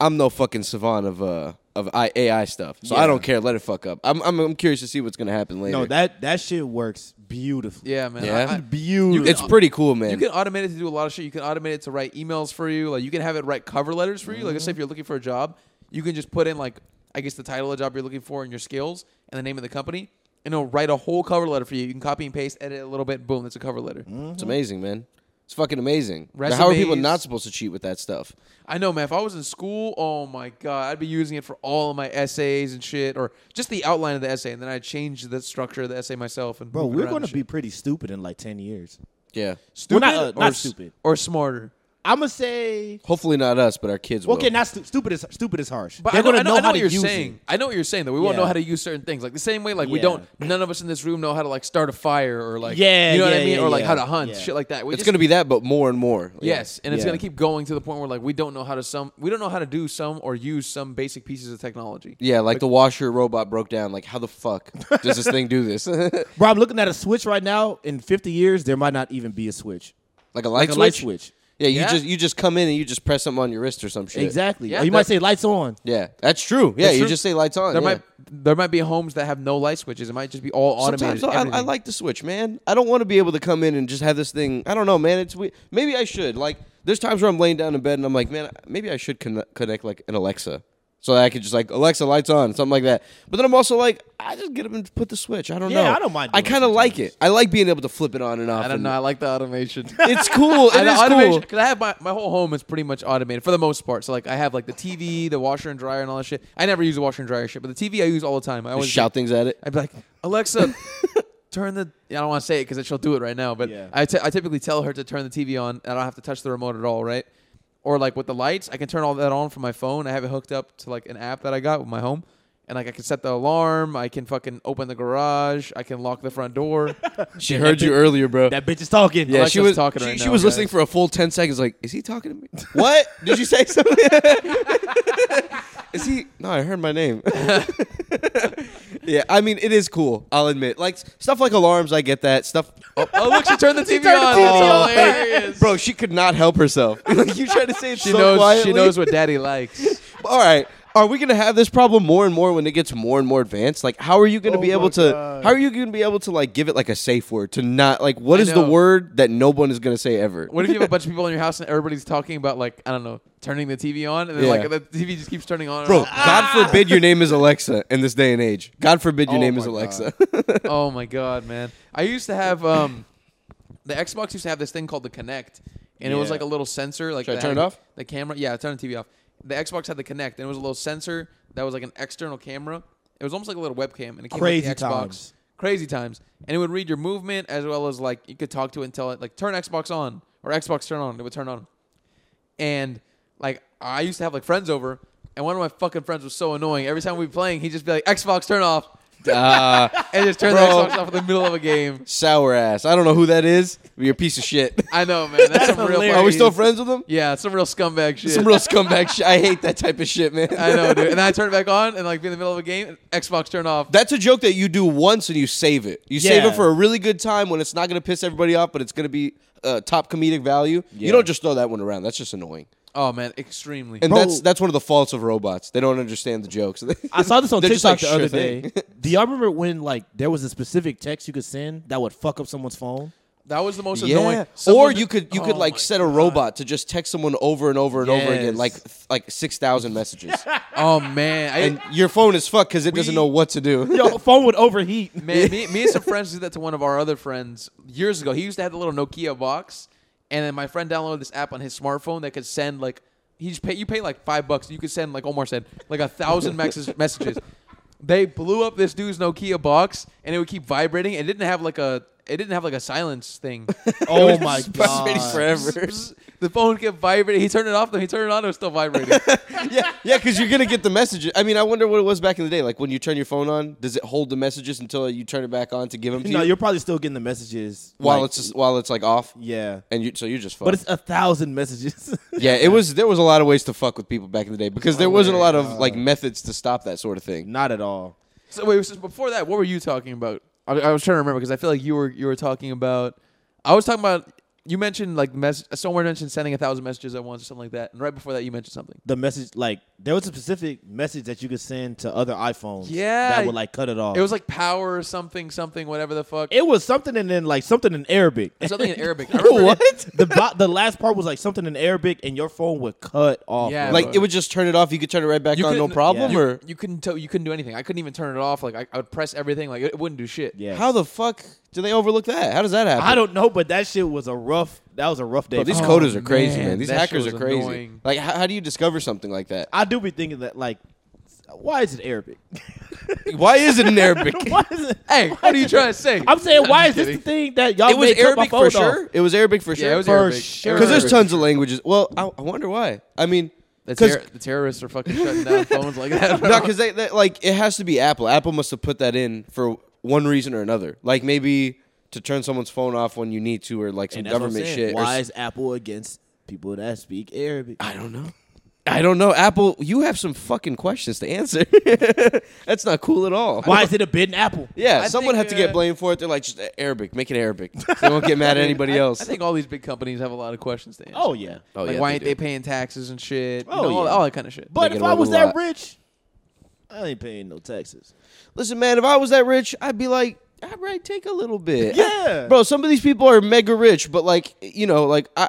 S3: I'm no fucking savant of uh of I, AI stuff, so I
S2: Yeah.
S3: don't care. Let it fuck up. I'm, I'm I'm curious to see what's gonna happen later.
S2: No, that that shit works beautifully.
S1: Yeah, man.
S3: Yeah.
S1: I- I-
S2: Beautiful.
S3: it's pretty cool, man.
S1: you can automate it to do a lot of shit. You can automate it to write emails for you. Like you can have it write cover letters for you. Like
S2: Mm-hmm.
S1: let's say if you're looking for a job, you can just put in like I guess the title of the job you're looking for and your skills and the name of the company, and it'll write a whole cover letter for you. You can copy and paste, edit it a little bit, boom, that's a cover letter.
S2: Mm.
S3: it's amazing, man. It's fucking amazing. Now, how are people
S1: Resumes.
S3: not supposed to cheat with that stuff?
S1: I know, man. If I was in school, oh my god, I'd be using it for all of my essays and shit, or just the outline of the essay, and then I change the structure of the essay myself. And
S2: Bro,
S1: move it
S2: we're
S1: around
S2: going
S1: and shit.
S2: to be pretty stupid in like 10 years.
S3: Yeah.
S2: Well,
S1: stupid,
S2: not, uh, not
S1: or, s-
S2: stupid.
S1: or smarter.
S2: I'm going to say
S3: Hopefully not us, but our kids will.
S2: Okay, not stu- stupid is stupid is harsh.
S1: But
S2: They're
S1: I know,
S2: gonna
S1: I know, I know
S2: how
S1: what
S2: to
S1: you're
S2: use
S1: saying.
S2: it.
S1: I know what you're saying. Though we won't know
S2: Yeah.
S1: how to use certain things, like the same way, like we
S2: Yeah.
S1: don't. None of us in this room know how to like start a fire or like,
S2: Yeah,
S1: you know what I
S2: yeah,
S1: mean,
S2: yeah,
S1: or like how to
S2: yeah,
S1: hunt,
S2: yeah.
S1: shit like that. We
S3: It's
S1: just-
S3: gonna be that, but more and more. Yeah.
S1: Yes, and it's
S2: Yeah.
S1: gonna keep going to the point where like we don't know how to some we don't know how to do some or use some basic pieces of technology.
S3: Yeah, like, the washer robot broke down. Like, how the fuck does this thing do this? like
S2: Bro, I'm looking at a switch right now. In 50 years, there might not even be a switch.
S3: a light
S2: Like a
S3: switch.
S2: light switch.
S3: Yeah, you
S1: Yeah.
S3: just you just come in and you just press something on your wrist or some shit.
S2: Exactly.
S1: Yeah,
S2: Or you might
S1: that-
S2: say lights on.
S3: Yeah, that's true. Yeah,
S1: That's
S3: you
S1: true.
S3: just say lights on.
S1: There
S3: yeah.
S1: might there might be homes that have no light switches. It might just be all automated.
S3: Sometimes I- I, I
S1: everything.
S3: like the switch, man. I don't want to be able to come in and just have this thing. I don't know, man. It's we- maybe I should. Like, there's times where I'm laying down in bed and I'm like, man, maybe I should conne- connect like an Alexa, so that I could just like Alexa lights on, something like that. But then I'm also like, I just get up and put the switch. I don't
S2: Yeah,
S3: know.
S2: I don't mind
S3: I
S2: doing it
S3: kind of like
S2: sometimes.
S3: it. I like being able to flip it on and off.
S1: I don't
S3: and-
S1: know. I like the automation.
S3: It's cool. It
S1: I, the
S3: is
S1: automation,
S3: cool.
S1: Cause I have my, my whole home is pretty much automated for the most part. So like I have like the TV, the washer and dryer, and all that shit. I never use the washer and dryer shit, but the TV I use all the time. I always
S3: Shout things at it.
S1: I'd be like, Alexa, turn the. I don't want to say it because she'll do it right now, but
S2: Yeah.
S1: I, t- I typically tell her to turn the TV on. And I don't have to touch the remote at all, right? Or like with the lights, I can turn all that on from my phone. I have it hooked up to like an app that I got with my home, and like I can set the alarm. I can fucking open the garage. I can lock the front door.
S3: She
S2: heard you
S3: earlier, bro.
S2: That bitch is talking.
S3: yeah,
S1: Alexa's
S3: she was
S1: talking
S3: She,
S1: right
S3: she
S1: now,
S3: was
S1: guys.
S3: listening for a full ten seconds. Like, is he talking to me? what did you say? Something? is he? No, I heard my name. yeah, I mean, it is cool. I'll admit, like stuff like alarms, I get that stuff.
S1: oh, oh, look, she turned the TV
S2: turned the
S1: on.
S2: TV
S1: Oh,
S2: on.
S1: hilarious.
S3: Bro, she could not help herself. like you try to say it
S1: She
S3: so
S1: knows.
S3: quietly.
S1: She knows what Daddy likes.
S3: All right. Are we gonna have this problem more and more when it gets more and more advanced? Like, how are you gonna
S2: Oh
S3: be able
S2: my
S3: to?
S2: God.
S3: How are you gonna be able to like give it like a safe word to not like what
S1: I
S3: is the
S1: know.
S3: word that no one is gonna say ever?
S1: What if you have a bunch of people in your house and everybody's talking about like I don't know, turning the TV on, and then
S3: Yeah.
S1: like the TV just keeps turning on. and
S3: Bro,
S1: off.
S2: Ah.
S3: God forbid your name is Alexa in this day and age. God forbid your
S1: Oh
S3: name
S1: my
S3: is Alexa.
S1: oh my god, man! I used to have um, the Xbox used to have this thing called the Kinect, and it was
S2: Yeah.
S1: like a little sensor. Like
S3: Should I
S1: that
S3: turn it
S1: had
S3: off?
S1: The camera, yeah, turn the TV off. The Xbox had the Kinect, and it was a little sensor that was like an external camera. It was almost like a little webcam, and it came
S2: Crazy
S1: with the Xbox.
S2: times.
S1: Crazy times, and it would read your movement as well as like you could talk to it and tell it like turn Xbox on or Xbox turn on. It would turn on and like I used to have like friends over, and one of my fucking friends was so annoying. Every time we'd be playing, he'd just be like, "Xbox, turn off,"
S3: Ah,
S1: and just turn the
S3: Bro.
S1: Xbox off in the middle of a game.
S3: sour ass. I don't know who that is. But you're a piece of shit.
S1: I know, man. That's, some real.
S2: hilarious.
S1: fucking-
S3: Are we still friends with him?
S1: Yeah, some real scumbag shit.
S3: Some real scumbag shit. I hate that type of shit, man.
S1: I know, dude. And I turn it back on, and like be in the middle of a game, and Xbox turn off.
S3: That's a joke that you do once and you save it. You save it
S2: Yeah.
S3: for a really good time when it's not going to piss everybody off, but it's going to be uh, top comedic value. You
S2: Yeah.
S3: don't just throw that one around. That's just annoying.
S1: oh man, extremely.
S3: And
S2: Bro.
S3: that's that's one of the faults of robots. They don't understand the jokes.
S2: I saw this on
S3: They're just
S2: TikTok
S3: like,
S2: the
S3: "Sure
S2: other
S3: thing."
S2: day. Do y'all remember when like there was a specific text you could send that would fuck up someone's phone?
S1: that was the most
S3: Yeah.
S1: annoying. Someone
S3: or
S1: just-
S3: you could you
S1: Oh
S3: could like
S1: my
S3: set a robot to just text someone over and over and over again,
S2: Yes.
S3: like th- like six thousand messages,
S1: God. Oh man, I,
S3: and your phone is fucked because it doesn't know what to do.
S2: Your phone would overheat.
S1: Man, me, me and some friends did that to one of our other friends years ago. He used to have the little Nokia box, and then my friend downloaded this app on his smartphone that could send like he just pay you pay like five bucks. You could send like Omar said like a thousand mexes- messages. They blew up this dude's Nokia box, and it would keep vibrating. It didn't have like a it didn't have like a silence thing.
S2: Oh my
S3: vibrating
S2: god.
S3: forever.
S1: the phone kept vibrating. He turned it off, then he turned it on. It was still vibrating.
S3: yeah, yeah, because you're gonna get the messages. I mean, I wonder what it was back in the day. Like when you turn your phone on, does it hold the messages until you turn it back on to give them to
S2: No,
S3: you
S2: you're probably still getting the messages
S3: while
S2: like-
S3: it's just, while it's like off?
S2: yeah.
S3: And you, so you're just fucked.
S2: But it's a thousand messages.
S3: yeah, it was. There was a lot of ways to fuck with people back in the day because there
S2: Oh
S3: wasn't a lot of like methods to stop that sort of thing.
S2: Not at all.
S1: So wait, so before that, what were you talking about? I, I was trying to remember because I feel like you were you were talking about. I was talking about you mentioned like mess. Someone mentioned sending a thousand messages at once or something like that, and right before that you mentioned something.
S2: The message like there was a specific message that you could send to other iPhones.
S1: Yeah.
S2: That would like cut it off.
S1: It was like power or something, something, whatever the fuck.
S2: it was something and then like something in Arabic.
S1: something in Arabic. I remember
S2: what?
S1: it-
S2: the bo- the last part was like something in Arabic and your phone would cut off.
S1: Yeah.
S2: bro.
S3: Like it would just turn it off. You could turn it right back
S1: You
S3: on, no
S1: couldn't-
S3: problem.
S2: yeah.
S3: Or
S1: You couldn't tell. You couldn't do anything. I couldn't even turn it off. Like I, I would press everything. Like it, it wouldn't do shit.
S2: Yeah.
S3: How the fuck do they overlook that? How does that happen?
S2: I don't know, but that shit was a rough. That was a rough day.
S3: Bro, these
S2: for me.
S1: code-
S3: coders are crazy, man.
S1: man,
S3: These
S1: that
S3: hackers
S1: shit
S3: are
S1: was
S3: crazy.
S1: annoying.
S3: Like, how, how do you discover something like that?
S2: I do be thinking that like, why is it Arabic?
S3: Why is it in Arabic?
S2: why is it?
S1: Hey, what are you trying to say?
S2: I'm saying, why is
S1: just
S2: this the thing that y'all
S3: it was
S2: made cut my
S3: Arabic
S2: phone
S3: for sure.
S2: off?
S3: It was Arabic for sure.
S1: Yeah, it was
S2: For
S1: Arabic.
S2: sure.
S3: Because there's
S1: Arabic.
S3: tons of languages. Well, I, I wonder why. I mean,
S1: The,
S3: because
S1: terror- the terrorists are fucking shutting down phones like that.
S3: because they, they like it has to be Apple. Apple must have put that in for one reason or another. Like maybe to turn someone's phone off when you need to, or like some
S2: And that's what I'm
S3: government
S2: saying.
S3: shit. or
S2: Why
S3: s-
S2: is Apple against people that speak Arabic?
S3: I don't know. I don't know. Apple, you have some fucking questions to answer. That's not cool at all.
S2: Why is it a bitten apple?
S3: Yeah,
S1: I
S3: someone
S1: think,
S3: had to get
S1: uh,
S3: blamed for it. They're like, just Arabic, make it Arabic. they won't get mad at anybody
S1: I-
S3: else.
S1: I, think all these big companies have a lot of questions to answer.
S2: Oh yeah.
S3: Oh,
S1: like
S3: yeah,
S1: why
S3: they
S1: ain't
S3: do.
S1: they paying taxes and shit? You
S2: Oh,
S1: know, all,
S2: yeah.
S1: all that kind of shit.
S2: But
S3: They
S2: if
S3: get
S2: I
S3: away
S2: was
S3: with a
S2: that
S3: lot.
S2: rich, I ain't paying no taxes.
S3: Listen, man, if I was that rich, I'd be like, all right, take a little bit.
S2: Yeah.
S3: bro. Some of these people are mega rich, but like, you know, like I,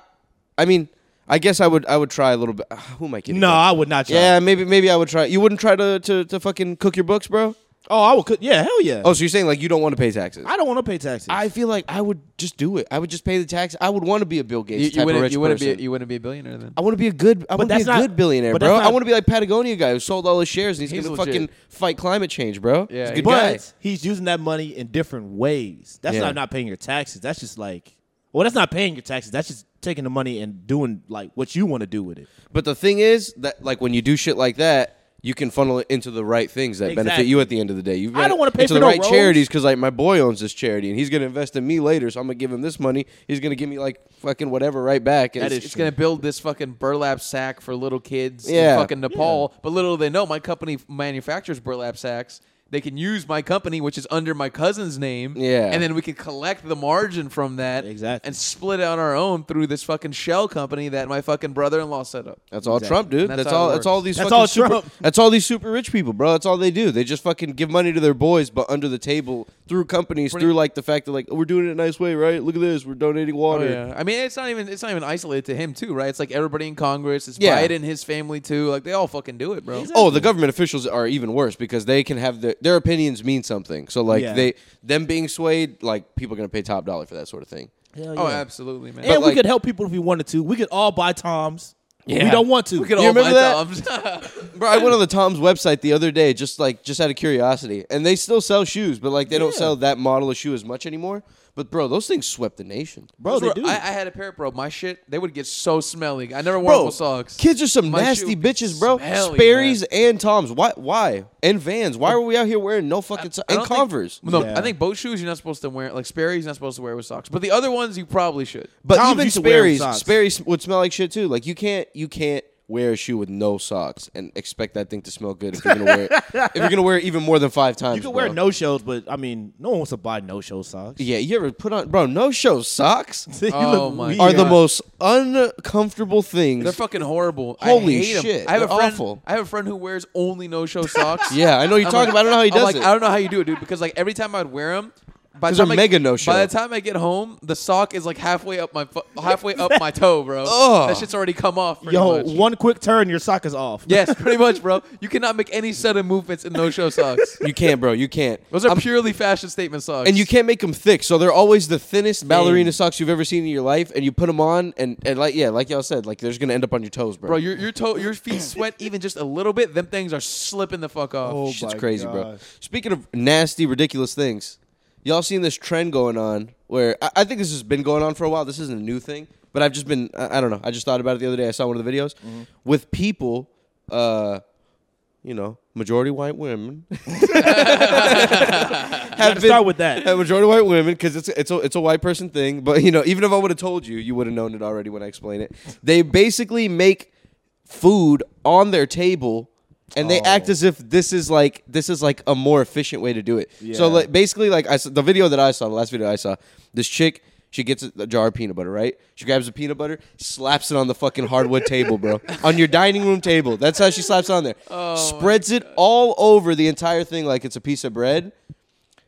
S3: I mean, I guess I would, I would try a little bit. Ah, Who am I kidding?
S2: No, I would not. Try.
S3: Yeah, maybe, maybe I would try. You wouldn't try to, to, to fucking cook your books, bro.
S2: Oh, I would. cook- Yeah. Hell yeah.
S3: Oh, so you're saying like you don't want to pay taxes?
S2: I don't want to pay taxes.
S3: I feel like I would just do it. I would just pay the tax. I would want to be a Bill Gates
S1: you,
S3: type
S1: you
S3: of
S1: wouldn't
S3: rich
S1: you wouldn't
S3: person.
S1: be you wouldn't be a billionaire then.
S3: I want to be a good. I want to be
S2: that's
S3: a
S2: not-
S3: good billionaire,
S2: but
S3: bro.
S2: that's
S3: I
S2: not-
S3: want to be like Patagonia guy who sold all his shares and he's,
S1: He's
S3: gonna
S1: legit.
S3: fucking fight climate change, bro.
S1: Yeah,
S3: he's a
S1: yeah.
S3: good
S2: but
S3: guy.
S2: he's using that money in different ways. That's
S3: Yeah.
S2: not not paying your taxes. That's just like, well, that's not paying your taxes. That's just taking the money and doing like what you want to do with it.
S3: But the thing is that like when you do shit like that, you can funnel it into the right things that benefit
S2: Exactly.
S3: you at the end of the day. You
S2: I don't wanna pay for
S3: into the
S2: no
S3: right
S2: roads.
S3: charities because like my boy owns this charity and he's gonna invest in me later, so I'm gonna give him this money. He's gonna give me like fucking whatever right back. And
S1: That is, it's going to build this fucking burlap sack for little kids
S3: Yeah.
S1: in fucking Nepal. But little do they know, my company manufactures burlap sacks. They can use my company, which is under my cousin's name.
S3: Yeah.
S1: And then we can collect the margin from that.
S2: Exactly.
S1: And split it on our own through this fucking shell company that my fucking brother in law set up.
S3: That's all
S2: Exactly.
S3: Trump, dude.
S1: That's
S3: That's,
S1: how it
S3: all.
S1: works.
S3: That's all these.
S2: That's
S3: fucking
S2: all
S3: super,
S2: Trump.
S3: That's all these super rich people, bro. That's all they do. They just fucking give money to their boys, but under the table through companies, through like the fact that like oh, we're doing it a nice way, right? Look at this, we're donating water.
S1: Oh, yeah. I mean, it's not even it's not even isolated to him too, right? It's like everybody in Congress, it's
S3: Yeah.
S1: Biden, his family too. Like they all fucking do it, bro.
S3: Oh, the government officials are even worse because they can have their their opinions mean something. So like
S2: Yeah.
S3: they them being swayed, like people are gonna pay top dollar for that sort of thing.
S2: Hell
S1: Oh,
S2: yeah.
S1: absolutely, man.
S2: And
S3: But,
S2: we
S3: like-
S2: could help people if we wanted to. We could all buy Toms.
S3: Yeah.
S2: We don't want to. We
S1: Look at
S3: You
S1: all my
S3: remember that?
S1: thumbs.
S3: Bro, I went on the Tom's website the other day, just like just out of curiosity, and they still sell shoes, but like they don't
S2: Yeah.
S3: sell that model of shoe as much anymore. But bro, those things swept the nation.
S2: bro, they
S1: Bro,
S2: do.
S1: I, I had a pair, bro. My shit, they would get so smelly. I never wore
S3: Bro,
S1: Uncle socks.
S3: kids are some
S1: My shoe
S3: nasty
S1: would be
S3: bitches, bro.
S1: smelly,
S3: Sperry's
S1: man.
S3: and Toms. Why? Why? And Vans. Why are we out here wearing no fucking so-
S1: I
S3: and
S1: don't think-
S3: Converse?
S1: no,
S2: Yeah.
S1: I think both shoes you're not supposed to wear. Like Sperry's you're not supposed to wear with socks, but the other ones you probably should.
S3: but
S2: Toms
S3: even
S2: used to wear
S3: Sperry's,
S2: socks.
S3: Sperry's would smell like shit too. Like you can't, you can't wear a shoe with no socks and expect that thing to smell good if you're gonna wear it. If you're gonna wear it even more than five times,
S2: you could wear
S3: bro.
S2: no shows, but I mean, no one wants to buy no show socks.
S3: Yeah, you ever put on, bro? No show socks
S2: You
S1: Oh
S2: look
S1: my
S2: weird.
S3: are the
S1: God.
S3: most uncomfortable things.
S1: They're fucking horrible.
S3: Holy
S1: I hate 'em.
S3: shit,
S1: I have a
S3: they're
S1: friend.
S3: awful.
S1: I have a friend who wears only no-show socks.
S3: yeah, I know you're
S1: I'm
S3: talking
S1: like-
S3: about. I don't know how he
S1: I'm
S3: does
S1: like,
S3: it.
S1: I don't know how you do it, dude. Because like every time I'd wear them, by
S3: 'Cause
S1: the time
S3: they're
S1: I-
S3: mega no-show.
S1: By the time I get home, the sock is like halfway up my fo- halfway up my toe, bro.
S3: Ugh.
S1: That shit's already come off. pretty
S2: Yo,
S1: much.
S2: one quick turn, your sock is off.
S1: Yes, pretty much, bro. You cannot make any sudden movements in no-show socks.
S3: you can't, bro. You can't.
S1: Those are purely fashion statement socks.
S3: and you can't make them thick, so they're always the thinnest ballerina socks you've ever seen in your life. And you put them on, and, and like yeah, like y'all said, like they're just gonna end up on your toes, bro.
S1: bro, your your toe, your feet sweat even just a little bit. Them things are slipping the fuck off.
S2: Oh,
S3: shit's
S2: my
S3: crazy, bro.
S2: gosh.
S3: Speaking of nasty, ridiculous things, y'all seen this trend going on where I, I think this has been going on for a while. This isn't a new thing, but I've just been I, I don't know. I just thought about it the other day. I saw one of the videos
S2: Mm-hmm.
S3: with people, uh, you know, majority white women. have
S2: Gotta start with that.
S3: a majority white women because it's it's a, it's a white person thing. But you know, even if I would have told you, you would have known it already when I explained it. They basically make food on their table, and they
S2: Oh.
S3: act as if this is like this is like a more efficient way to do it. So
S2: Yeah.
S3: like basically, like I s- the video that I saw, the last video I saw, this chick. She gets a a jar of peanut butter, right? She grabs the peanut butter, slaps it on the fucking hardwood table, bro. On your dining room table. That's how she slaps it on there.
S2: Oh
S3: Spreads it all over the entire thing like it's a piece of bread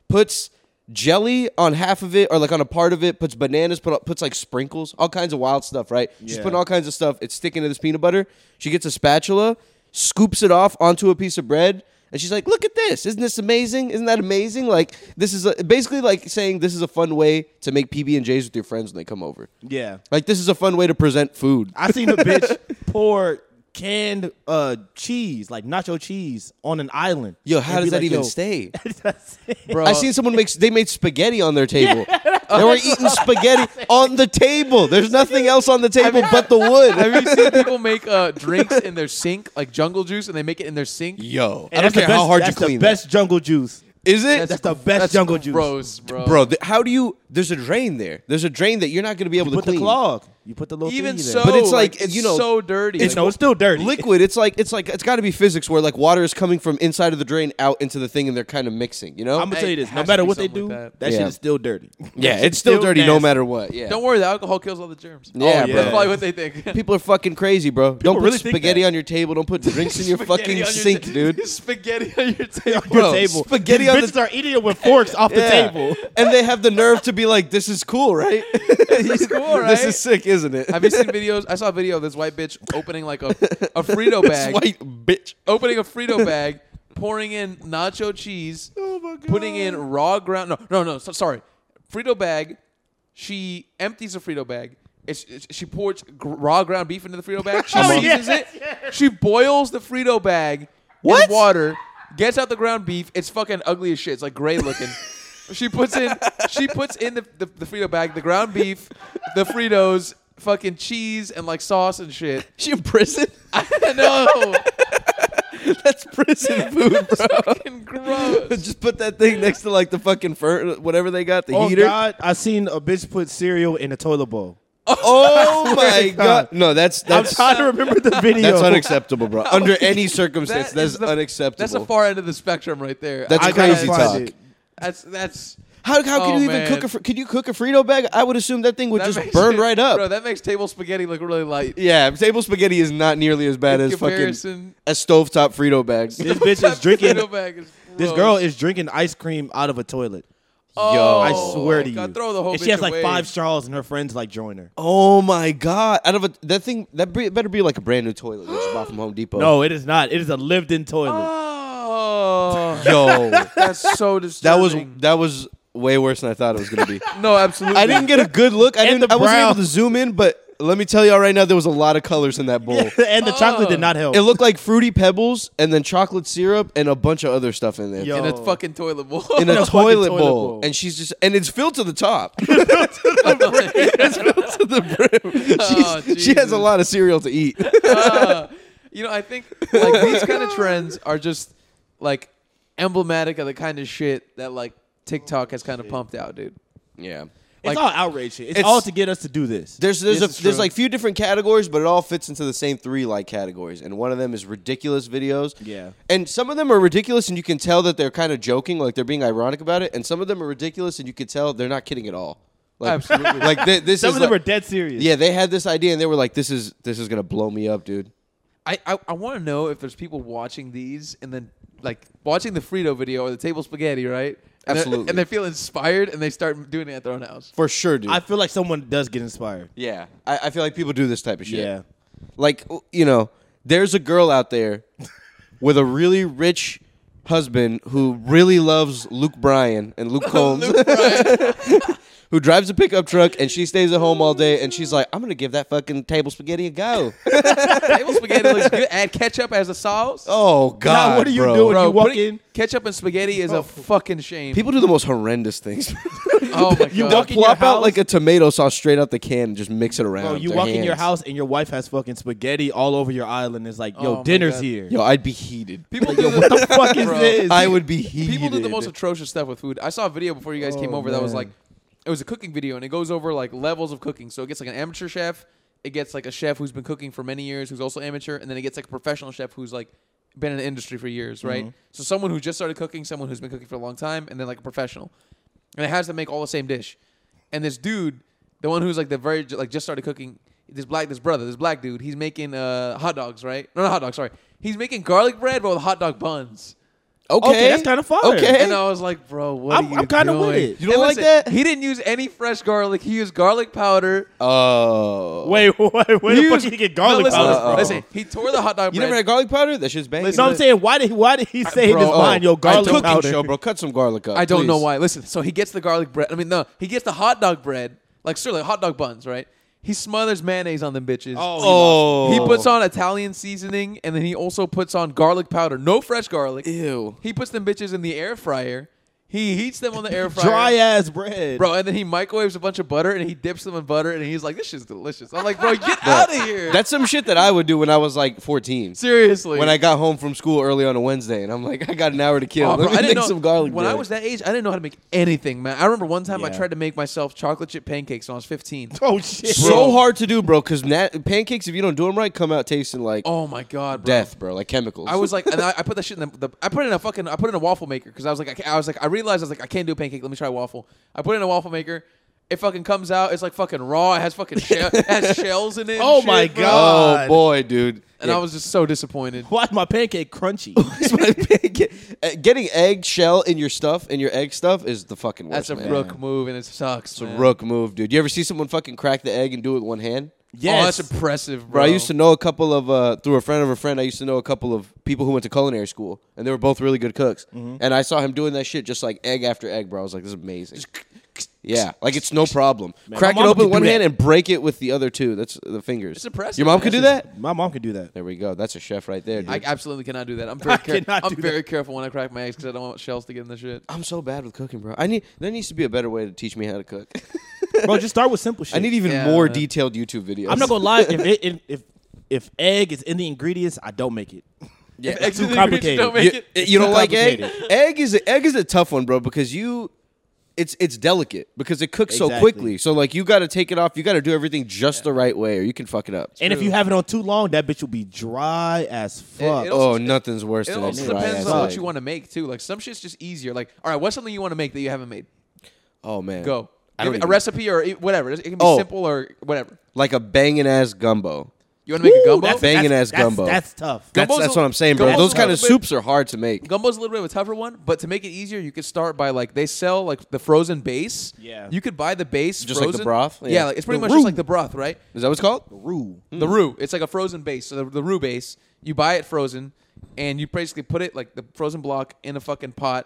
S3: puts jelly on half of it or like on a part of it, puts bananas, put, puts like sprinkles, all kinds of wild stuff, right? She's
S2: Yeah.
S3: putting all kinds of stuff. It's sticking to this peanut butter. She gets a spatula, scoops it off onto a piece of bread. And she's like, "Look at this! Isn't this amazing? Isn't that amazing? Like, this is a, basically like saying this is a fun way to make PB and J's with your friends when they come over.
S2: Yeah.
S3: Like, this is a fun way to present food.
S2: I seen a bitch pour canned uh, cheese, like nacho cheese, on an island.
S3: Yo, how
S2: And
S3: does
S2: be
S3: that
S2: like,
S3: even
S2: yo,
S3: stay?
S2: that's it.
S1: bro.
S3: I seen someone make they made spaghetti on their table. they were eating spaghetti on the table. There's nothing else on the table but the wood.
S1: Have you seen people make uh, drinks in their sink, like jungle juice, and they make it in their sink?
S3: Yo,
S2: And that's the best- that's the
S3: that.
S2: best jungle juice.
S3: Is it?
S2: That's the best jungle juice.
S1: gross, bro.
S3: bro, th- how do you? There's a drain there. There's a drain that you're not going to be able to
S2: Put the
S3: clean.
S2: clog. You put the little
S1: Even
S2: thingy there.
S1: so,
S3: But it's
S1: like,
S3: like,
S1: it's
S3: you know,
S1: so dirty.
S2: it's,
S1: Like,
S2: no, it's still dirty.
S3: liquid. It's like it's like it's got to be physics where like water is coming from inside of the drain out into the thing and they're kind of mixing. You know?
S2: I'm gonna tell you this:
S1: It
S2: no
S1: has
S2: matter
S1: to be
S2: what they do,
S1: something like
S2: that,
S1: that.
S2: shit
S3: Yeah.
S2: is still dirty.
S3: yeah, it's still, dirty no
S2: nasty.
S3: matter what. Yeah.
S1: Don't worry, the alcohol kills all the germs.
S3: Yeah,
S2: Oh,
S3: bro.
S1: That's probably what they think.
S3: People are fucking crazy, bro. Don't put
S2: really think
S3: spaghetti
S2: that.
S3: on your table. Don't put drinks in your fucking
S1: Spaghetti on your
S3: sink,
S1: ta-
S3: dude.
S1: spaghetti on your table.
S3: Bro,
S2: table.
S3: spaghetti
S2: These
S3: on the-
S2: bitches are eating it with forks off the
S3: Yeah.
S2: table.
S3: And they have the nerve to be like, "This is cool, right? this
S1: is cool, right?
S3: This is sick, isn't it?"
S1: Have you seen videos? I saw a video of this white bitch opening like a, a Frito
S3: This
S1: bag,
S3: white bitch.
S1: opening a Frito bag, pouring in nacho cheese,
S2: Oh
S1: putting in raw ground. No, no, no. So, sorry, Frito bag. She empties a Frito bag. It's, it's- she pours gr- raw ground beef into the Frito bag. She
S2: Oh,
S1: seasons
S2: yes,
S1: it. She boils the Frito bag
S2: What?
S1: in water. Gets out the ground beef. It's fucking ugly as shit. It's like gray looking. she puts in. She puts in the, the the Frito bag, the ground beef, the Fritos, fucking cheese, and like sauce and shit.
S3: She in prison?
S1: no.
S3: That's prison food, bro.
S1: fucking gross.
S3: Just put that thing next to like the fucking fur, whatever they got, the
S2: Oh
S3: heater.
S2: God, I seen a bitch put cereal in a toilet bowl.
S3: Oh
S2: to
S3: my
S2: God.
S3: god! No, that's
S2: I'm
S3: that's
S2: trying to remember the video.
S3: that's unacceptable, bro. Under any circumstance,
S1: That is
S3: that's
S1: the-
S3: unacceptable.
S1: That's the far end of the spectrum right there.
S3: That's
S1: I
S2: I
S1: gotta
S2: gotta
S3: crazy
S1: find-
S3: talk.
S2: find it.
S1: That's that's
S3: How, how
S1: Oh,
S3: can you
S1: man.
S3: even cook a? Fr- could you cook a Frito bag? I would assume that thing would
S1: that
S3: just
S1: makes
S3: burn
S1: it-
S3: right up.
S1: Bro, that makes table spaghetti look really light.
S3: yeah, table spaghetti is not nearly as bad
S1: In
S3: as fucking
S1: comparison-
S3: a stovetop Frito bag.
S2: This bitch is drinking.
S1: Potato bag is
S2: This
S1: gross.
S2: girl is drinking ice cream out of a toilet.
S1: Oh,
S2: I swear to you.
S1: God, Throw the whole
S2: and
S1: bitch
S2: she has like
S1: away.
S2: five straws, and her friends like join her.
S3: oh my god! Out of a, that thing, that be, better be like a brand new toilet that you bought from Home Depot.
S2: No, it is not. It is a lived-in toilet.
S1: Oh,
S3: yo,
S1: that's so disturbing.
S3: that was that was way worse than I thought it was gonna be.
S1: no, absolutely.
S3: I didn't get a good look. I
S2: And
S3: didn't.
S2: the
S3: I wasn't
S2: brown.
S3: able to zoom in, but let me tell y'all right now, there was a lot of colors in that bowl.
S2: and the chocolate did not help.
S3: Oh. It looked like fruity pebbles, and then chocolate syrup, and a bunch of other stuff in there.
S2: Yo.
S1: in a fucking toilet bowl.
S3: In a,
S2: a fucking
S3: toilet,
S2: toilet
S3: bowl.
S2: bowl.
S3: and she's just, and it's filled to the top.
S1: Oh,
S3: she has a
S1: Jesus.
S3: lot of cereal to eat.
S1: Uh, you know, I think like these kind of trends are just like emblematic of the kind of shit that like TikTok has kind of pumped out, dude.
S3: yeah,
S2: it's
S1: like-
S2: all outrage shit. It's,
S3: It's-
S2: all to get us to do this.
S3: there's there's
S1: This is
S3: a there's
S1: true.
S3: like few different categories, but it all fits into the same three like categories, and one of them is ridiculous videos.
S2: Yeah.
S3: and some of them are ridiculous, and you can tell that they're kind of joking, like they're being ironic about it, and some of them are ridiculous, and you can tell they're not kidding at all. Like,
S1: Absolutely.
S3: Like thi- this
S2: Some
S3: is
S2: of them
S3: like-
S2: are dead serious.
S3: Yeah, they had this idea and they were like, "This is this is gonna blow me up, dude."
S1: I I, I want to know if there's people watching these and then like watching the Frito video or the table spaghetti, right? And they're-
S3: Absolutely.
S1: And they feel inspired and they start doing it at their own house.
S3: For sure, dude.
S2: I feel like someone does get inspired.
S3: yeah, I, I feel like people do this type of shit.
S2: Yeah.
S3: like you know, there's a girl out there with a really rich husband who really loves Luke Bryan and Luke Combs. Who drives a pickup truck and she stays at home all day and she's like, I'm gonna give that fucking table spaghetti a go.
S1: table spaghetti looks good. Add ketchup as a sauce.
S3: oh God,
S2: what are you
S3: bro.
S2: doing?
S1: Bro,
S2: you walk
S1: putting
S2: in- Oh.
S1: ketchup and spaghetti is a fucking shame.
S3: People do the most horrendous things.
S1: oh my
S2: You
S1: god!
S2: walk in- your
S3: Plop out
S2: house-
S3: like a tomato sauce straight out the can and just mix it around.
S2: Bro, Oh, you
S3: with Um, their
S2: walk in your
S3: hands.
S2: house and your wife has fucking spaghetti all over your island. It's like,
S1: Oh
S2: yo,
S1: my
S2: dinner's
S1: God.
S2: here.
S3: Yo, I'd be heated.
S1: people do the,
S2: What the fuck is
S1: Bro.
S2: this?
S3: I would be heated.
S1: People do the most atrocious stuff with food. I saw a video before you guys came
S2: Oh,
S1: over that was
S2: man.
S1: like, it was a cooking video and it goes over like levels of cooking. So it gets like an amateur chef, it gets like a chef who's been cooking for many years who's also amateur, and then it gets like a professional chef who's like been in the industry for years, right?
S2: Mm-hmm.
S1: So someone who just started cooking, someone who's been cooking for a long time, and then like a professional, and it has to make all the same dish. And this dude, the one who's like the very like just started cooking, this black this brother, this black dude, he's making uh hot dogs, right? No, not hot dogs. Sorry, he's making garlic bread but with hot dog buns.
S3: Okay,
S2: Okay, that's kinda fire.
S3: Okay,
S1: And I was like, bro, what
S2: I'm-
S1: are you
S2: I'm kinda
S1: doing?
S2: with it.
S3: You don't
S1: And
S3: like that?
S1: He didn't use any fresh garlic. He used garlic powder.
S3: oh,
S2: Wait, wait, wait. Where
S1: He
S2: the fuck
S1: used-
S2: did he get
S1: No,
S2: garlic
S1: listen,
S2: powder
S3: powder from?
S1: Listen, listen, he tore the hot dog
S3: you
S1: bread.
S3: never had garlic powder? That shit's banging.
S2: No, I'm saying, why did why did he say
S1: bro,
S2: this
S1: oh,
S2: mind, yo, garlic
S3: I cooking
S2: powder?
S3: show, bro. Cut some garlic up.
S1: I don't know
S3: please.
S1: why. Listen, so he gets the garlic bread. I mean, no, he gets the hot dog bread, like sure, like hot dog buns, right? He smothers mayonnaise on them bitches.
S3: Oh,
S1: He puts on Italian seasoning, and then he also puts on garlic powder. No fresh garlic.
S3: Ew.
S1: He puts them bitches in the air fryer. He heats them on the air fryer.
S2: Dry ass bread.
S1: Bro, and then he microwaves a bunch of butter and he dips them in butter and he's like, "This shit's delicious." I'm like, "Bro, get out of here!"
S3: That's some shit that I would do when I was like 14.
S1: seriously.
S3: When I got home from school early on a Wednesday, and I'm like, I got an hour to kill.
S1: Oh, bro,
S3: Let me
S1: I didn't
S3: make
S1: know,
S3: some garlic
S1: When I
S3: bread.
S1: was that age, I didn't know how to make anything, man. I remember one time I
S2: Yeah.
S1: tried to make myself chocolate chip pancakes when I was 15.
S2: Oh shit.
S3: so hard to do, bro, because pancakes, if you don't do them right, come out tasting like
S1: Oh my god, bro.
S3: death, bro, like chemicals.
S1: I was like, and I, I put that shit in the, the. I put it in a fucking. I put it in a waffle maker because I was like, I, ca- I was like, I realized I was like, I can't do a pancake. Let me try waffle. I put it in a waffle maker. It fucking comes out. It's like fucking raw. It has fucking she- it has shells in it. and
S2: Oh my
S1: shit, bro.
S2: God.
S3: oh boy, dude.
S1: And I was just so disappointed.
S2: Why is my pancake crunchy?
S3: It's my pancake- uh, Getting eggshell in your stuff and your egg stuff is the fucking worst.
S1: That's a
S3: man.
S1: rook move, and it sucks. Oh,
S3: It's a rook move, dude. You ever see someone fucking crack the egg and do it with one hand?
S1: Yeah, Oh,
S2: Yes.
S1: that's impressive, bro.
S3: Bro, I used to know a couple of uh, through a friend of a friend. I used to know a couple of people who went to culinary school, and they were both really good cooks. And I saw him doing that shit just like egg after egg, bro. I was like, this is amazing. Yeah, like it's no problem. Crack
S2: my
S3: it
S2: mom
S3: open
S2: could
S3: one
S2: do
S3: hand
S2: that.
S3: and break it with the other two. That's the fingers.
S1: It's impressive,
S3: Your mom
S1: man.
S3: could do that.
S2: My mom could do that.
S3: There we go. That's a chef right there, dude.
S1: I absolutely cannot do that. I'm very. Care-
S2: cannot
S1: I'm
S2: do
S1: very careful when I crack my eggs because I don't want shells to get in the shit.
S3: I'm so bad with cooking, bro. I need there needs to be a better way to teach me how to cook.
S2: Bro, just start with simple shit.
S3: I need even
S1: Yeah,
S3: more
S1: man.
S3: detailed YouTube videos.
S2: I'm not gonna lie. If it, if, if if egg is in the ingredients, I don't make it.
S1: Yeah,
S2: too complicated.
S1: Don't make
S3: You, eh,
S1: it.
S3: you don't
S2: too
S3: like egg?
S2: complicated.
S3: Egg is a, egg is a tough one, bro, because you it's it's delicate because it cooks so
S2: Exactly.
S3: quickly. So like you got to take it off. You got to do everything just the right way, or you can fuck it up.
S2: and if you have it on too long, that bitch will be dry as fuck.
S1: it also-
S3: oh, nothing's worse
S1: It
S3: than a
S1: also
S3: dry ass
S1: depends on what
S3: egg.
S1: you want to make too. Like some shit's just easier. Like, all right, what's something you want to make that you haven't made?
S3: Oh man,
S1: Go.
S3: I
S1: Give
S3: don't
S1: me a
S3: even-
S1: recipe or it- whatever. It can be
S3: Oh.
S1: simple or whatever.
S3: like a banging ass gumbo.
S1: You want to make a
S2: Ooh,
S1: gumbo?
S2: that's-
S3: Banging
S2: that's-
S3: ass
S2: that's-
S3: gumbo.
S2: That's tough.
S3: That's
S1: Gumbo's
S3: that's
S1: a-
S3: what I'm saying, bro.
S1: gumbo's
S3: Those
S1: a
S3: kind of
S1: little bit-
S3: soups are hard to make.
S1: Gumbo's a little bit of a tougher one, but to make it easier, you could start by like they sell like the frozen base.
S2: Yeah.
S1: You could buy the base
S3: Just like the
S1: frozen.
S3: broth?
S1: Yeah,
S3: Yeah.
S1: like, it's pretty
S2: The
S1: much
S2: roux.
S1: just like the broth, right?
S3: Is that what it's called?
S2: Rue.
S3: Mm.
S1: The roux. It's like a frozen base. So the, the roux base, you buy it frozen, and you basically put it like the frozen block in a fucking pot,